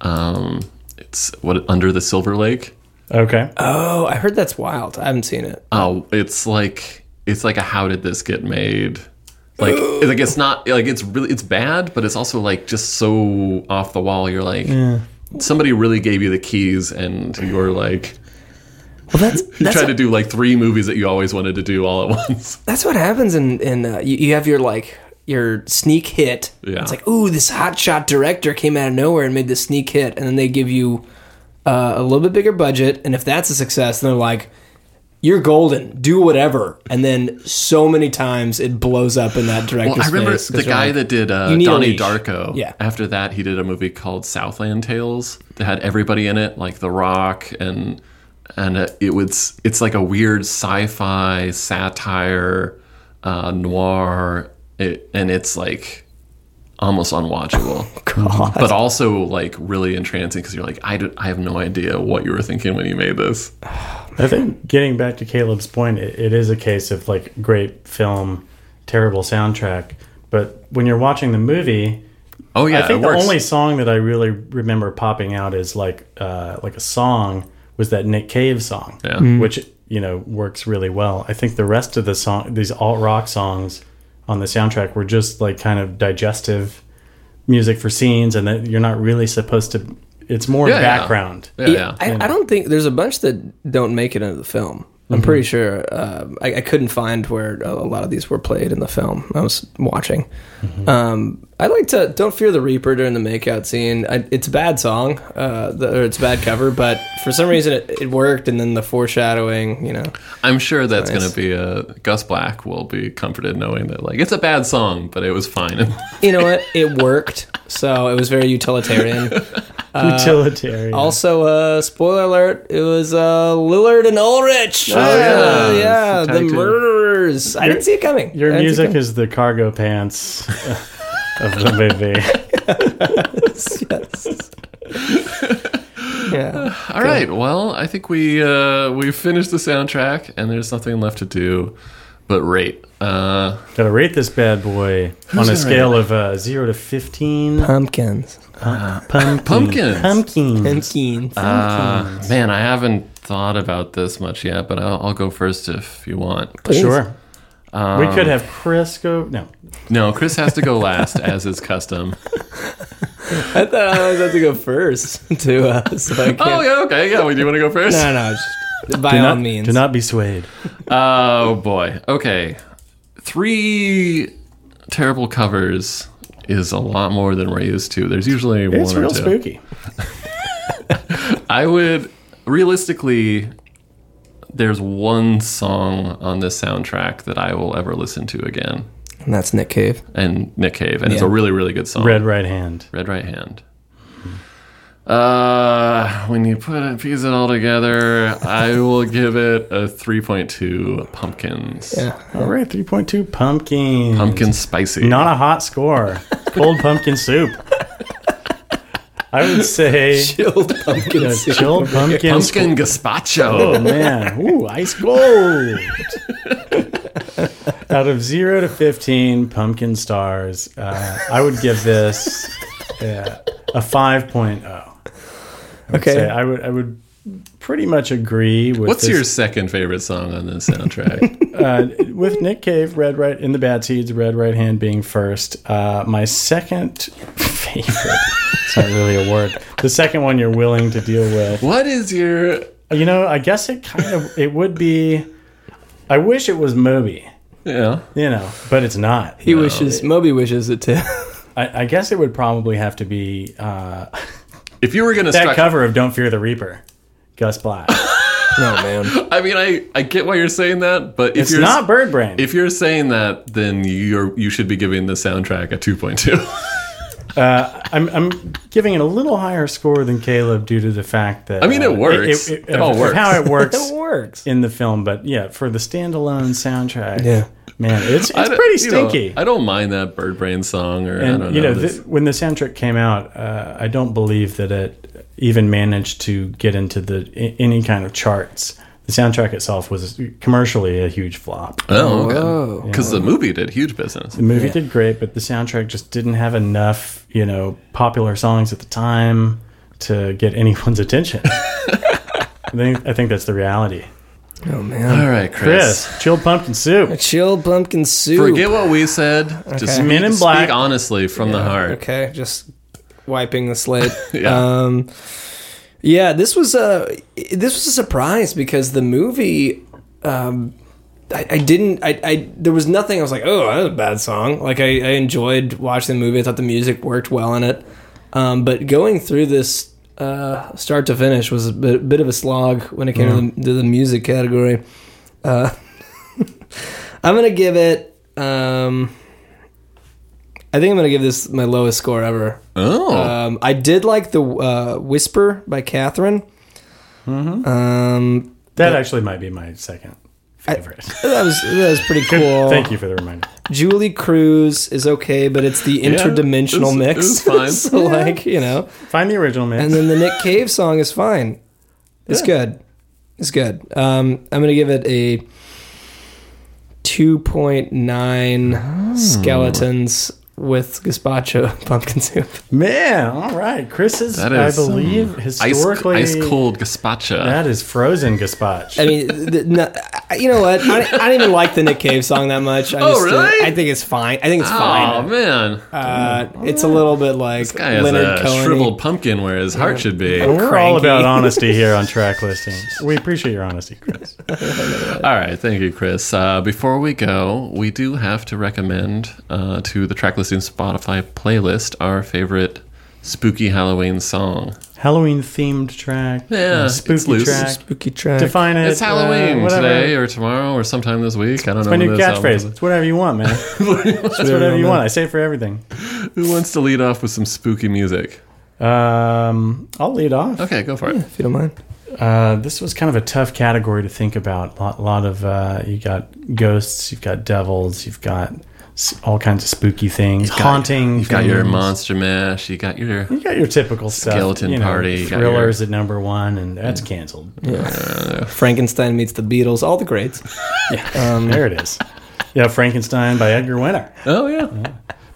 um, it's what Under the Silver Lake.
Okay.
Oh, I heard that's wild. I haven't seen it.
Oh, it's like it's like a how did this get made? Like it's like it's not like it's really it's bad, but it's also like just so off the wall. You're like somebody really gave you the keys, and you're like
Well, that's
you
that's
tried to do like three movies that you always wanted to do all at once.
that's what happens in in uh, you, you have your like your sneak hit.
Yeah.
It's like, ooh, this hotshot director came out of nowhere and made this sneak hit, and then they give you uh, a little bit bigger budget, and if that's a success, then they're like, you're golden, do whatever, and then so many times it blows up in that director's
Well, I remember
face 'cause
the
you're
guy
like,
that did uh,
"You need a
Donnie
leash."
Darko.
Yeah.
After that, he did a movie called Southland Tales that had everybody in it, like The Rock, and and uh, it was it's like a weird sci-fi satire uh, noir, it, and it's like almost unwatchable, but also like really entrancing because you're like I, d- I have no idea what you were thinking when you made this.
I think getting back to Caleb's point, it, it is a case of like great film, terrible soundtrack. But when you're watching the movie,
Oh yeah,
I think
it
the
works.
only song that I really remember popping out is like uh, like a song was that Nick Cave song,
Yeah. Mm.
which you know works really well. I think the rest of the song, these alt rock songs on the soundtrack, were just like kind of digestive music for scenes, and that you're not really supposed to. It's more
Yeah, yeah.
background.
yeah, yeah.
I, I don't think there's a bunch that don't make it into the film. I'm pretty
Mm-hmm.
sure uh, I, I couldn't find where a a lot of these were played in the film I was watching.
Mm-hmm.
Um, I like to "Don't Fear the Reaper" during the makeout scene. I, it's a bad song, uh, the, or it's a bad cover, but for some reason it, it worked. And then the foreshadowing, you know,
I'm sure that's
Nice.
going to be a Gus Black will be comforted knowing that like it's a bad song, but it was fine.
you know what? It worked, so it was very utilitarian.
Uh,
Utilitarian.
Also, uh, spoiler alert, it was uh, Lillard and Ulrich. Oh,
yeah.
yeah,
Tag
the
team.
murderers. I didn't see it coming.
Your
I didn't see it
music is the cargo pants of the movie.
coming. Yes. yeah.
All right. Well, I think we uh, we finished the soundtrack, and there's nothing left to do but rate. Uh,
Gotta rate this bad boy on a
gonna
scale of uh, 0 to 15.
Pumpkins.
Pumpkin.
pumpkins.
Pumpkin.
Pumpkins.
uh, man, I haven't thought about this much yet, but I'll, I'll go first if you want.
Sure. we could have Chris go. No.
No, Chris has to go last, as is custom.
I thought I was about to go first to uh, so I can't.
Oh yeah, okay, yeah. Well, do you want to go first?
No, no, just, by
Do
all
not,
means.
do not be swayed.
Oh boy. Okay. Three terrible covers is a lot more than we're used to. There's usually
It's
one or
real
two.
spooky.
I would realistically there's one song on this soundtrack that I will ever listen to again.
And that's Nick Cave.
And Nick Cave. And it's a
Yeah.
really, really good song.
Red right hand.
Red Right Hand. Uh, when you put it, piece it all together, I will give it a 3.2 pumpkins.
Yeah.
All right, 3.2 pumpkin.
Pumpkin spicy.
Not a hot score. Cold pumpkin soup. I would say
Chilled pumpkin
a
soup.
chilled pumpkin.
Pumpkin
Oh
gazpacho.
man! Ooh, ice cold. Out of zero to fifteen pumpkin stars, uh, I would give this uh, a five oh.
Okay.
I would I would pretty much agree with
What's
this-
your second favorite song on this soundtrack?
uh, with Nick Cave, Red Right in the Bad Seeds, Red Right Hand being first. Uh, my second favorite. It's not really a word. The second one you're willing to deal with.
what is your
You know, I guess it kind of it would be. I wish it was Moby.
yeah?
You know, but it's not.
He wishes, Moby wishes it too.
I, I guess it would probably have to be uh,
If you were gonna
that
structure,
cover of "Don't Fear the Reaper," Gus Black.
no, man.
I mean, I I get why you're saying that, but if
It's
you're
not Bird Brain.
if you're saying that, then you're you should be giving the soundtrack a 2.2.
I'm, I'm giving it a little higher score than Caleb due to the fact that
I mean, it works. It all
of
works.
How it works
It works.
in the film, but yeah, for the standalone soundtrack,
Yeah.
man, it's
I
it's
don't-
pretty
you know,
stinky.
I don't mind that Bird Brain song, or I don't
and you know,
know
th-
this-
when the soundtrack came out, uh, I don't believe that it even managed to get into the i- any kind of charts. The soundtrack itself was commercially a huge flop.
oh, okay. Because the movie did huge business.
The movie did great, but the soundtrack just didn't have enough, you know, popular songs at the time to get anyone's attention. I think I think that's the reality.
Oh, man.
All right, Chris.
Chris, chilled pumpkin soup.
Chilled pumpkin soup.
Forget what we said. Just speak,
Men in Black.
speak honestly from the heart.
Okay, just wiping the slate.
Yeah.
Um, yeah, this was a this was a surprise because the movie, um, I, I didn't, I, I there was nothing. I was like, oh, that was a bad song. Like I, I enjoyed watching the movie. I thought the music worked well in it. Um, but going through this uh, start to finish was a bit, bit of a slog when it came to,
Mm-hmm.
the, to the music category. Uh, I'm gonna give it. Um, I think I'm gonna give this my lowest score ever.
Oh,
Um, I did like the uh, Whisper by Catherine. Um,
That actually might be my second favorite.
that was that was pretty cool.
Thank you for the reminder.
Julie Cruz is okay, but it's the interdimensional
it
mix.
was- it was
so like you know,
Find the original mix.
and then the Nick Cave song is fine. It's good. It's good. Um, I'm gonna give it a 2.9 skeletons with gazpacho pumpkin soup.
Man, all right. Chris is,
That is
I believe,
some
historically.
ice, ice cold gazpacho.
That is frozen gazpacho.
I mean, the, no, I- you know what? I, don't- I don't even like the Nick Cave song that much. I
Oh,
just, uh,
really?
I think it's fine. I think it's
Oh
fine.
man,
Uh, it's a little bit like
this guy has
Leonard
a
Cohen.
shriveled pumpkin where his heart should be.
We're all
cranky.
about honesty here on track listing. We appreciate your honesty, Chris.
All right, thank you, Chris. Uh, before we go, we do have to recommend uh, to the track listing Spotify playlist our favorite spooky Halloween song.
Halloween themed track.
Yeah,
uh,
it's
spooky
loose.
track.
Spooky track.
Define it.
It's Halloween
uh, whatever.
today or tomorrow or sometime this week. I don't know.
My
when
new
this album
catchphrase.
is.
It's whatever you want, man. it's whatever you want. I say it for everything.
Who wants to lead off with some spooky music?
Um, I'll lead off.
Okay, go for it.
Hmm.
if you don't mind.
Uh, this was kind of a tough category to think about. A lot, lot of uh, you got ghosts, you've got devils, you've got s- all kinds of spooky things, haunting.
You've got your
things.
monster mash. You got your.
You got your typical stuff.
Skeleton
you know,
Party, you got your-
thrillers at number one, and that's canceled.
Frankenstein meets the Beatles. All the greats.
There it is. yeah, Frankenstein by Edgar Winter.
Oh
Hmm.
yeah.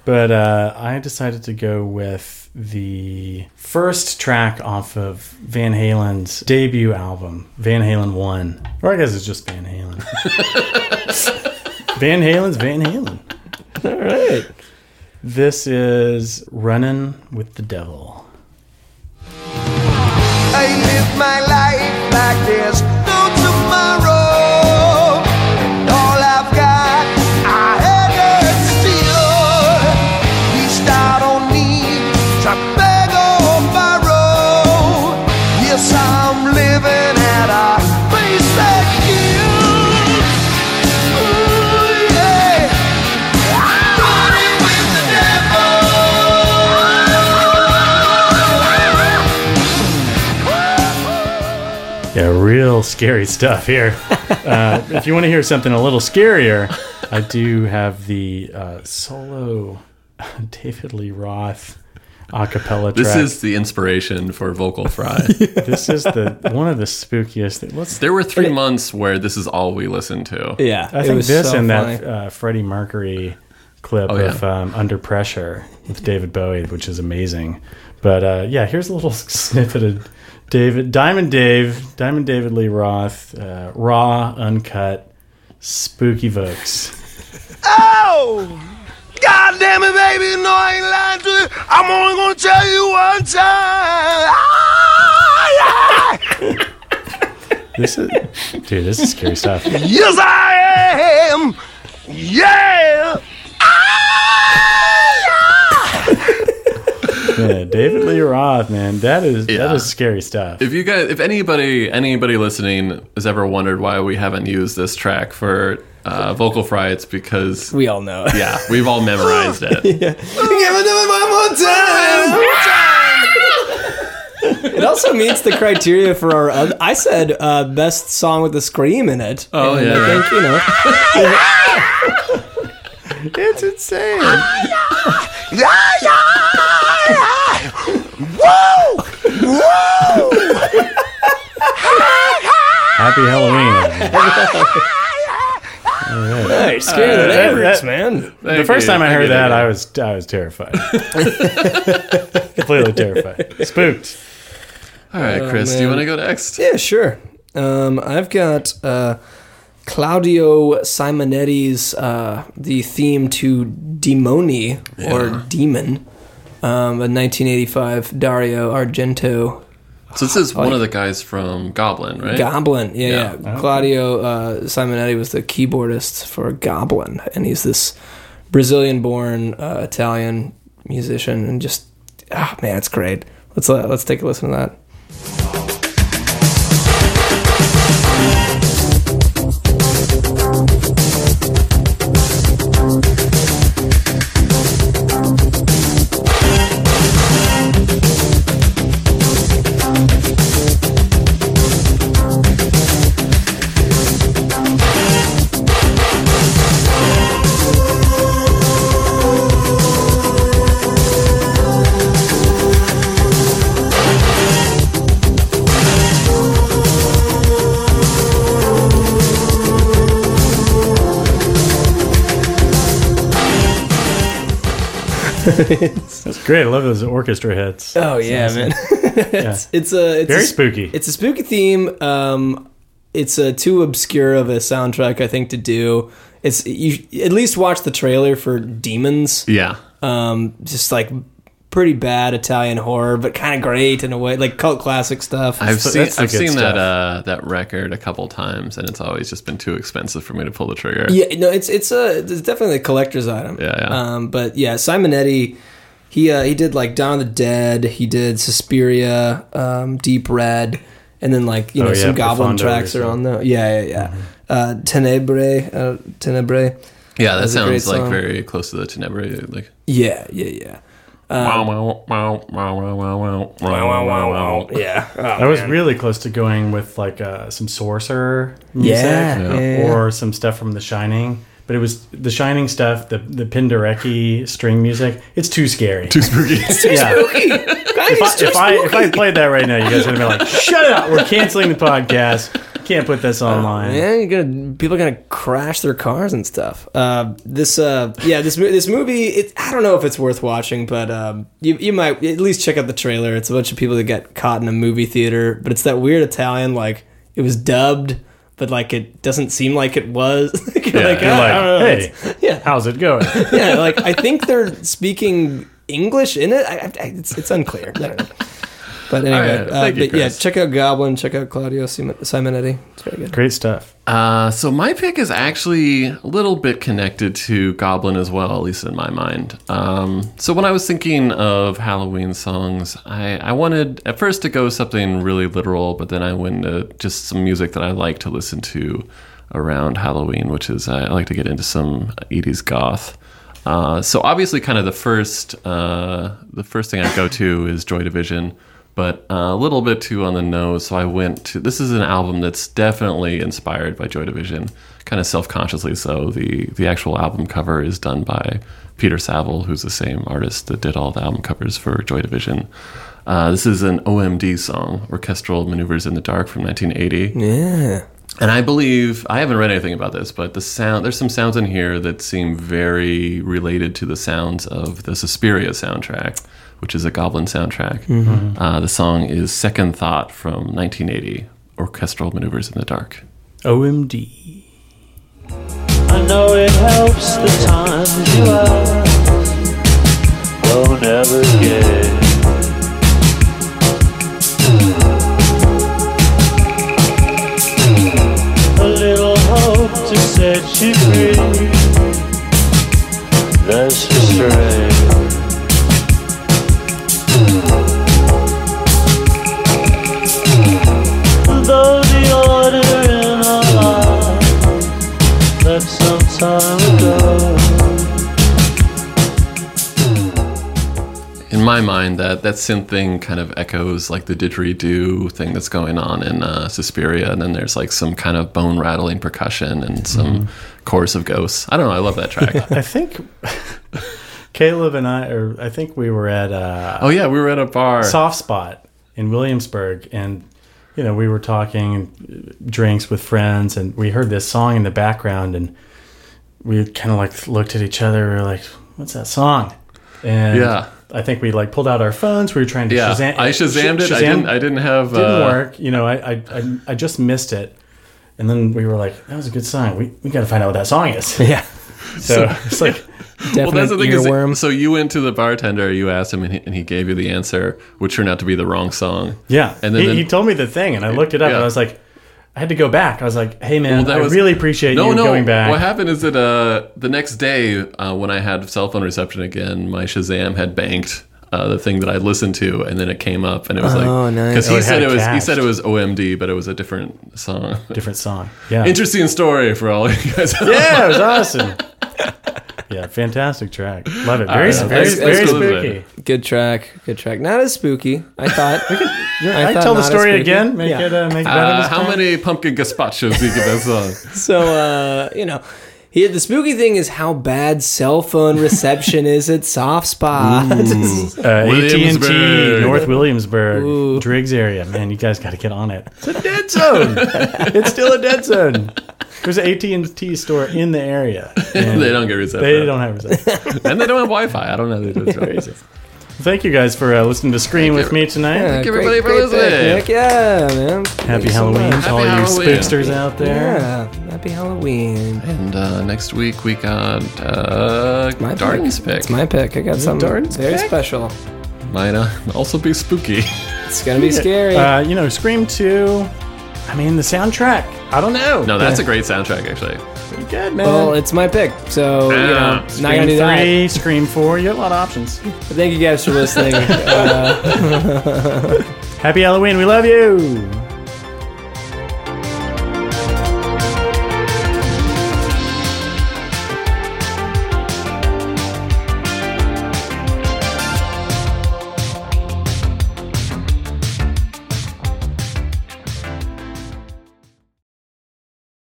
But uh, I decided to go with the first track off of Van Halen's debut album, Van Halen 1. Or I guess it's just Van Halen. Van Halen's Van Halen.
All right.
This is Runnin' with the Devil.
I live my life like there's no tomorrow. And all I've got, I had it still. Reached out on me, to beg or borrow. Yes, I'm living at a pace that kills. Ooh, yeah. I'm running with the devil.
Yeah, real scary stuff here. uh, if you want to hear something a little scarier, I do have the uh, solo David Lee Roth a cappella track.
This is the inspiration for Vocal Fry.
this is the one of the spookiest. Thing. Let's.
There were three months where this is all we listened to.
Yeah.
I
it
think
was
this
so
and
funny. Oh,
that uh, Freddie Mercury clip
yeah.
of um, "Under Pressure" with David Bowie, which is amazing. But uh, yeah, here's a little snippet of David Diamond Dave, Diamond David Lee Roth, uh, raw, uncut, spooky vocals.
Oh! God damn it, baby, no, I ain't lying to you. I'm only gonna tell you one time. Ah, yeah.
This is, dude, this is scary stuff.
Yes, I am. Yeah. Ah, yeah.
Yeah, Uh, David Lee Roth, man, that is
Yeah.
that is scary stuff.
If you guys, if anybody, anybody listening has ever wondered why we haven't used this track for uh, Vocal Fry, it's because
we all know. it.
yeah, we've all memorized it.
It also meets the criteria for our. Other, I said uh, best song with a scream in it.
Oh,
And
yeah,
I
right.
think you know.
It's insane.
Yeah, yeah, yeah. Woo! Woo!
Happy Halloween.
Hey,
Uh,
scare the
neighbors,
man.
the
Thank
first
you.
time I
Thank
heard
you,
that,
thank
I was I was terrified, completely terrified, spooked.
you. all right, Chris, do you want to go next?
Yeah, sure. Um, I've got uh, Claudio Simonetti's uh, the theme to Demoni or Demon, um, a 1985 Dario Argento
So this is one of the guys from Goblin, right?
Goblin. Yeah,
Yeah.
yeah. Claudio uh, Simonetti was the keyboardist for Goblin, and he's this Brazilian-born uh, Italian musician, and just ah man, it's great. Let's uh, let's take a listen to that.
That's great. I love those orchestra hits.
Oh yeah, man. it's, it's a it's
Very
a,
spooky.
It's a spooky theme. Um, it's a too obscure of a soundtrack, I think, to do. It's you at least watch the trailer for Demons.
Yeah.
Um, just like pretty bad Italian horror, but kind of great in a way, like cult classic stuff.
I've
the-
seen
that's the
I've
good
seen
stuff.
that uh, that record a couple times, and it's always just been too expensive for me to pull the trigger.
Yeah, no, it's it's a it's definitely a collector's item.
Yeah, yeah.
Um, but yeah, Simonetti, he uh, he did like Dawn of the Dead, he did Suspiria, um, Deep Red, and then like you
Oh,
know
yeah,
some Goblin
Profondo Mm-hmm.
tracks are
yourself.
on there. Yeah, yeah, yeah. Uh, Tenebre, uh, Tenebre.
Yeah, that
That's a great
sounds like
song.
very close to the Tenebrae. Like
Yeah, yeah, yeah.
wow, wow, wow, wow, wow, wow, wow, wow, wow, wow.
Yeah.
I was really close to going with like uh, some Sorcerer music
Yeah, Yeah. yeah, yeah.
or some stuff from The Shining. But it was the Shining stuff, the the Penderecki string music. It's too scary. Too spooky. yeah. If I, if, I, if I played that right now, you guys would have been like, "Shut up! We're canceling the podcast. Can't put this online."
Yeah, you're gonna people are gonna crash their cars and stuff. Uh, this, uh, yeah, this mo- this movie. It, I don't know if it's worth watching, but um, you you might at least check out the trailer. It's a bunch of people that got caught in a movie theater, but it's that weird Italian like it was dubbed, but like it doesn't seem like it was. You're
Yeah,
like,
You're
"Ah,
like,
I don't know."
"Hey,
yeah.
how's it going?"
yeah, like I think they're speaking English in it. I, I, I- it's, it's unclear. I don't know. But anyway,
right,
uh,
thank you,
but yeah,
Chris.
check out Goblin. Check out Claudio Simon- Simonetti. It's very good.
Great stuff.
Uh, so my pick is actually a little bit connected to Goblin as well, at least in my mind. Um, so when I was thinking of Halloween songs, I, I wanted at first to go something really literal, but then I went to just some music that I like to listen to around Halloween, which is I like to get into some 80s goth. Uh, so obviously, kind of the first uh, the first thing I go to is Joy Division, but uh, a little bit too on the nose. So I went to this is an album that's definitely inspired by Joy Division, kind of self consciously. So the the actual album cover is done by Peter Saville, who's the same artist that did all the album covers for Joy Division. Uh, this is an OMD song, Orchestral Maneuvers in the Dark from 1980. And I believe I haven't read anything about this, but the sound there's some sounds in here that seem very related to the sounds of the Suspiria soundtrack, which is a Goblin soundtrack. Uh, the song is Second Thought from 1980, Orchestral Maneuvers in the Dark.
OMD.
I know it helps the times you are. Won't ever get. A little hope to set you free. That's the strength. Though the order in our lives left some time ago.
In my mind, that that synth thing kind of echoes like the didgeridoo thing that's going on in uh, Suspiria, and then there's like some kind of bone rattling percussion and some chorus of ghosts. I don't know. I love that track.
I think Caleb and I, or I think we were at uh,
oh yeah, we were at a bar.
soft spot in Williamsburg, and you know we were talking uh, drinks with friends, and we heard this song in the background, and we kind of like looked at each other. We were like, "What's that song?" And
Yeah.
I think we like pulled out our phones. We were trying to
Yeah,
Shazam.
I Shazammed it. I didn't. I didn't have.
didn't
uh,
work. You know, I, I I I just missed it. And then we were like, "That was a good song. We we got to find out what that song is."
Yeah,
So it's like,
definite
is,
earworm.
so you went to the bartender, you asked him, and he, and he gave you the answer, which turned out to be the wrong song.
yeah.
And then-
he,
then-
he told me the thing, and I looked it up,
Yeah.
and I was like, I had to go back. I was like, "Hey man,
Well,
I really appreciate
no,
you
no.
going back."
What happened is that uh, the next day, uh, when I had cell phone reception again, my Shazam had banked. Uh, the thing that I listened to, and then it came up, and it was like,
Oh, nice.
because
Oh,
he
it had
said it was, he
cached.
said it was OMD, but it was a different song.
Different song. Yeah.
Interesting story for all you guys.
Yeah, it was awesome. yeah, fantastic track. Love it. Very,
right,
very,
let's-
very
let's go with
spooky.
it.
Good track. Good track. Not as spooky. I thought.
I,
thought
tell the
not as
story
spooky.
again. Make
Yeah.
it uh, make it better
Uh,
this
how
time?
many pumpkin gazpachos do you get that song?
so uh, you know, he, the spooky thing is how bad cell phone reception is at soft spots.
Uh, AT&T,
Williamsburg.
North Williamsburg, Driggs area. Man, you guys got to get on it.
Dead zone.
It's still a dead zone. There's an AT and T store in the area. and
they don't get reception.
They don't have reception.
and they don't have Wi-Fi. I don't know. They do it right.
Thank you guys for uh, listening to Scream with me tonight.
Thank everybody for listening.
Nick. Yeah, man.
Happy Halloween to
Happy
all
Halloween.
you spooksters out there.
Yeah. Happy Halloween.
And uh, next week we got uh,
My
Darden's
pick.
pick.
It's my pick. I got something
Darden's
very
pick?
special.
Might uh, also be spooky.
It's gonna be scary.
Uh, you know, Scream 2. I mean, the soundtrack. I don't know.
No, that's a great soundtrack actually.
Pretty good, man.
well, it's my pick, so you know,
Ah,
not gonna
Scream
do that.
3, Scream 4. You have a lot of options.
But thank you guys for listening.
Happy Halloween. We love you.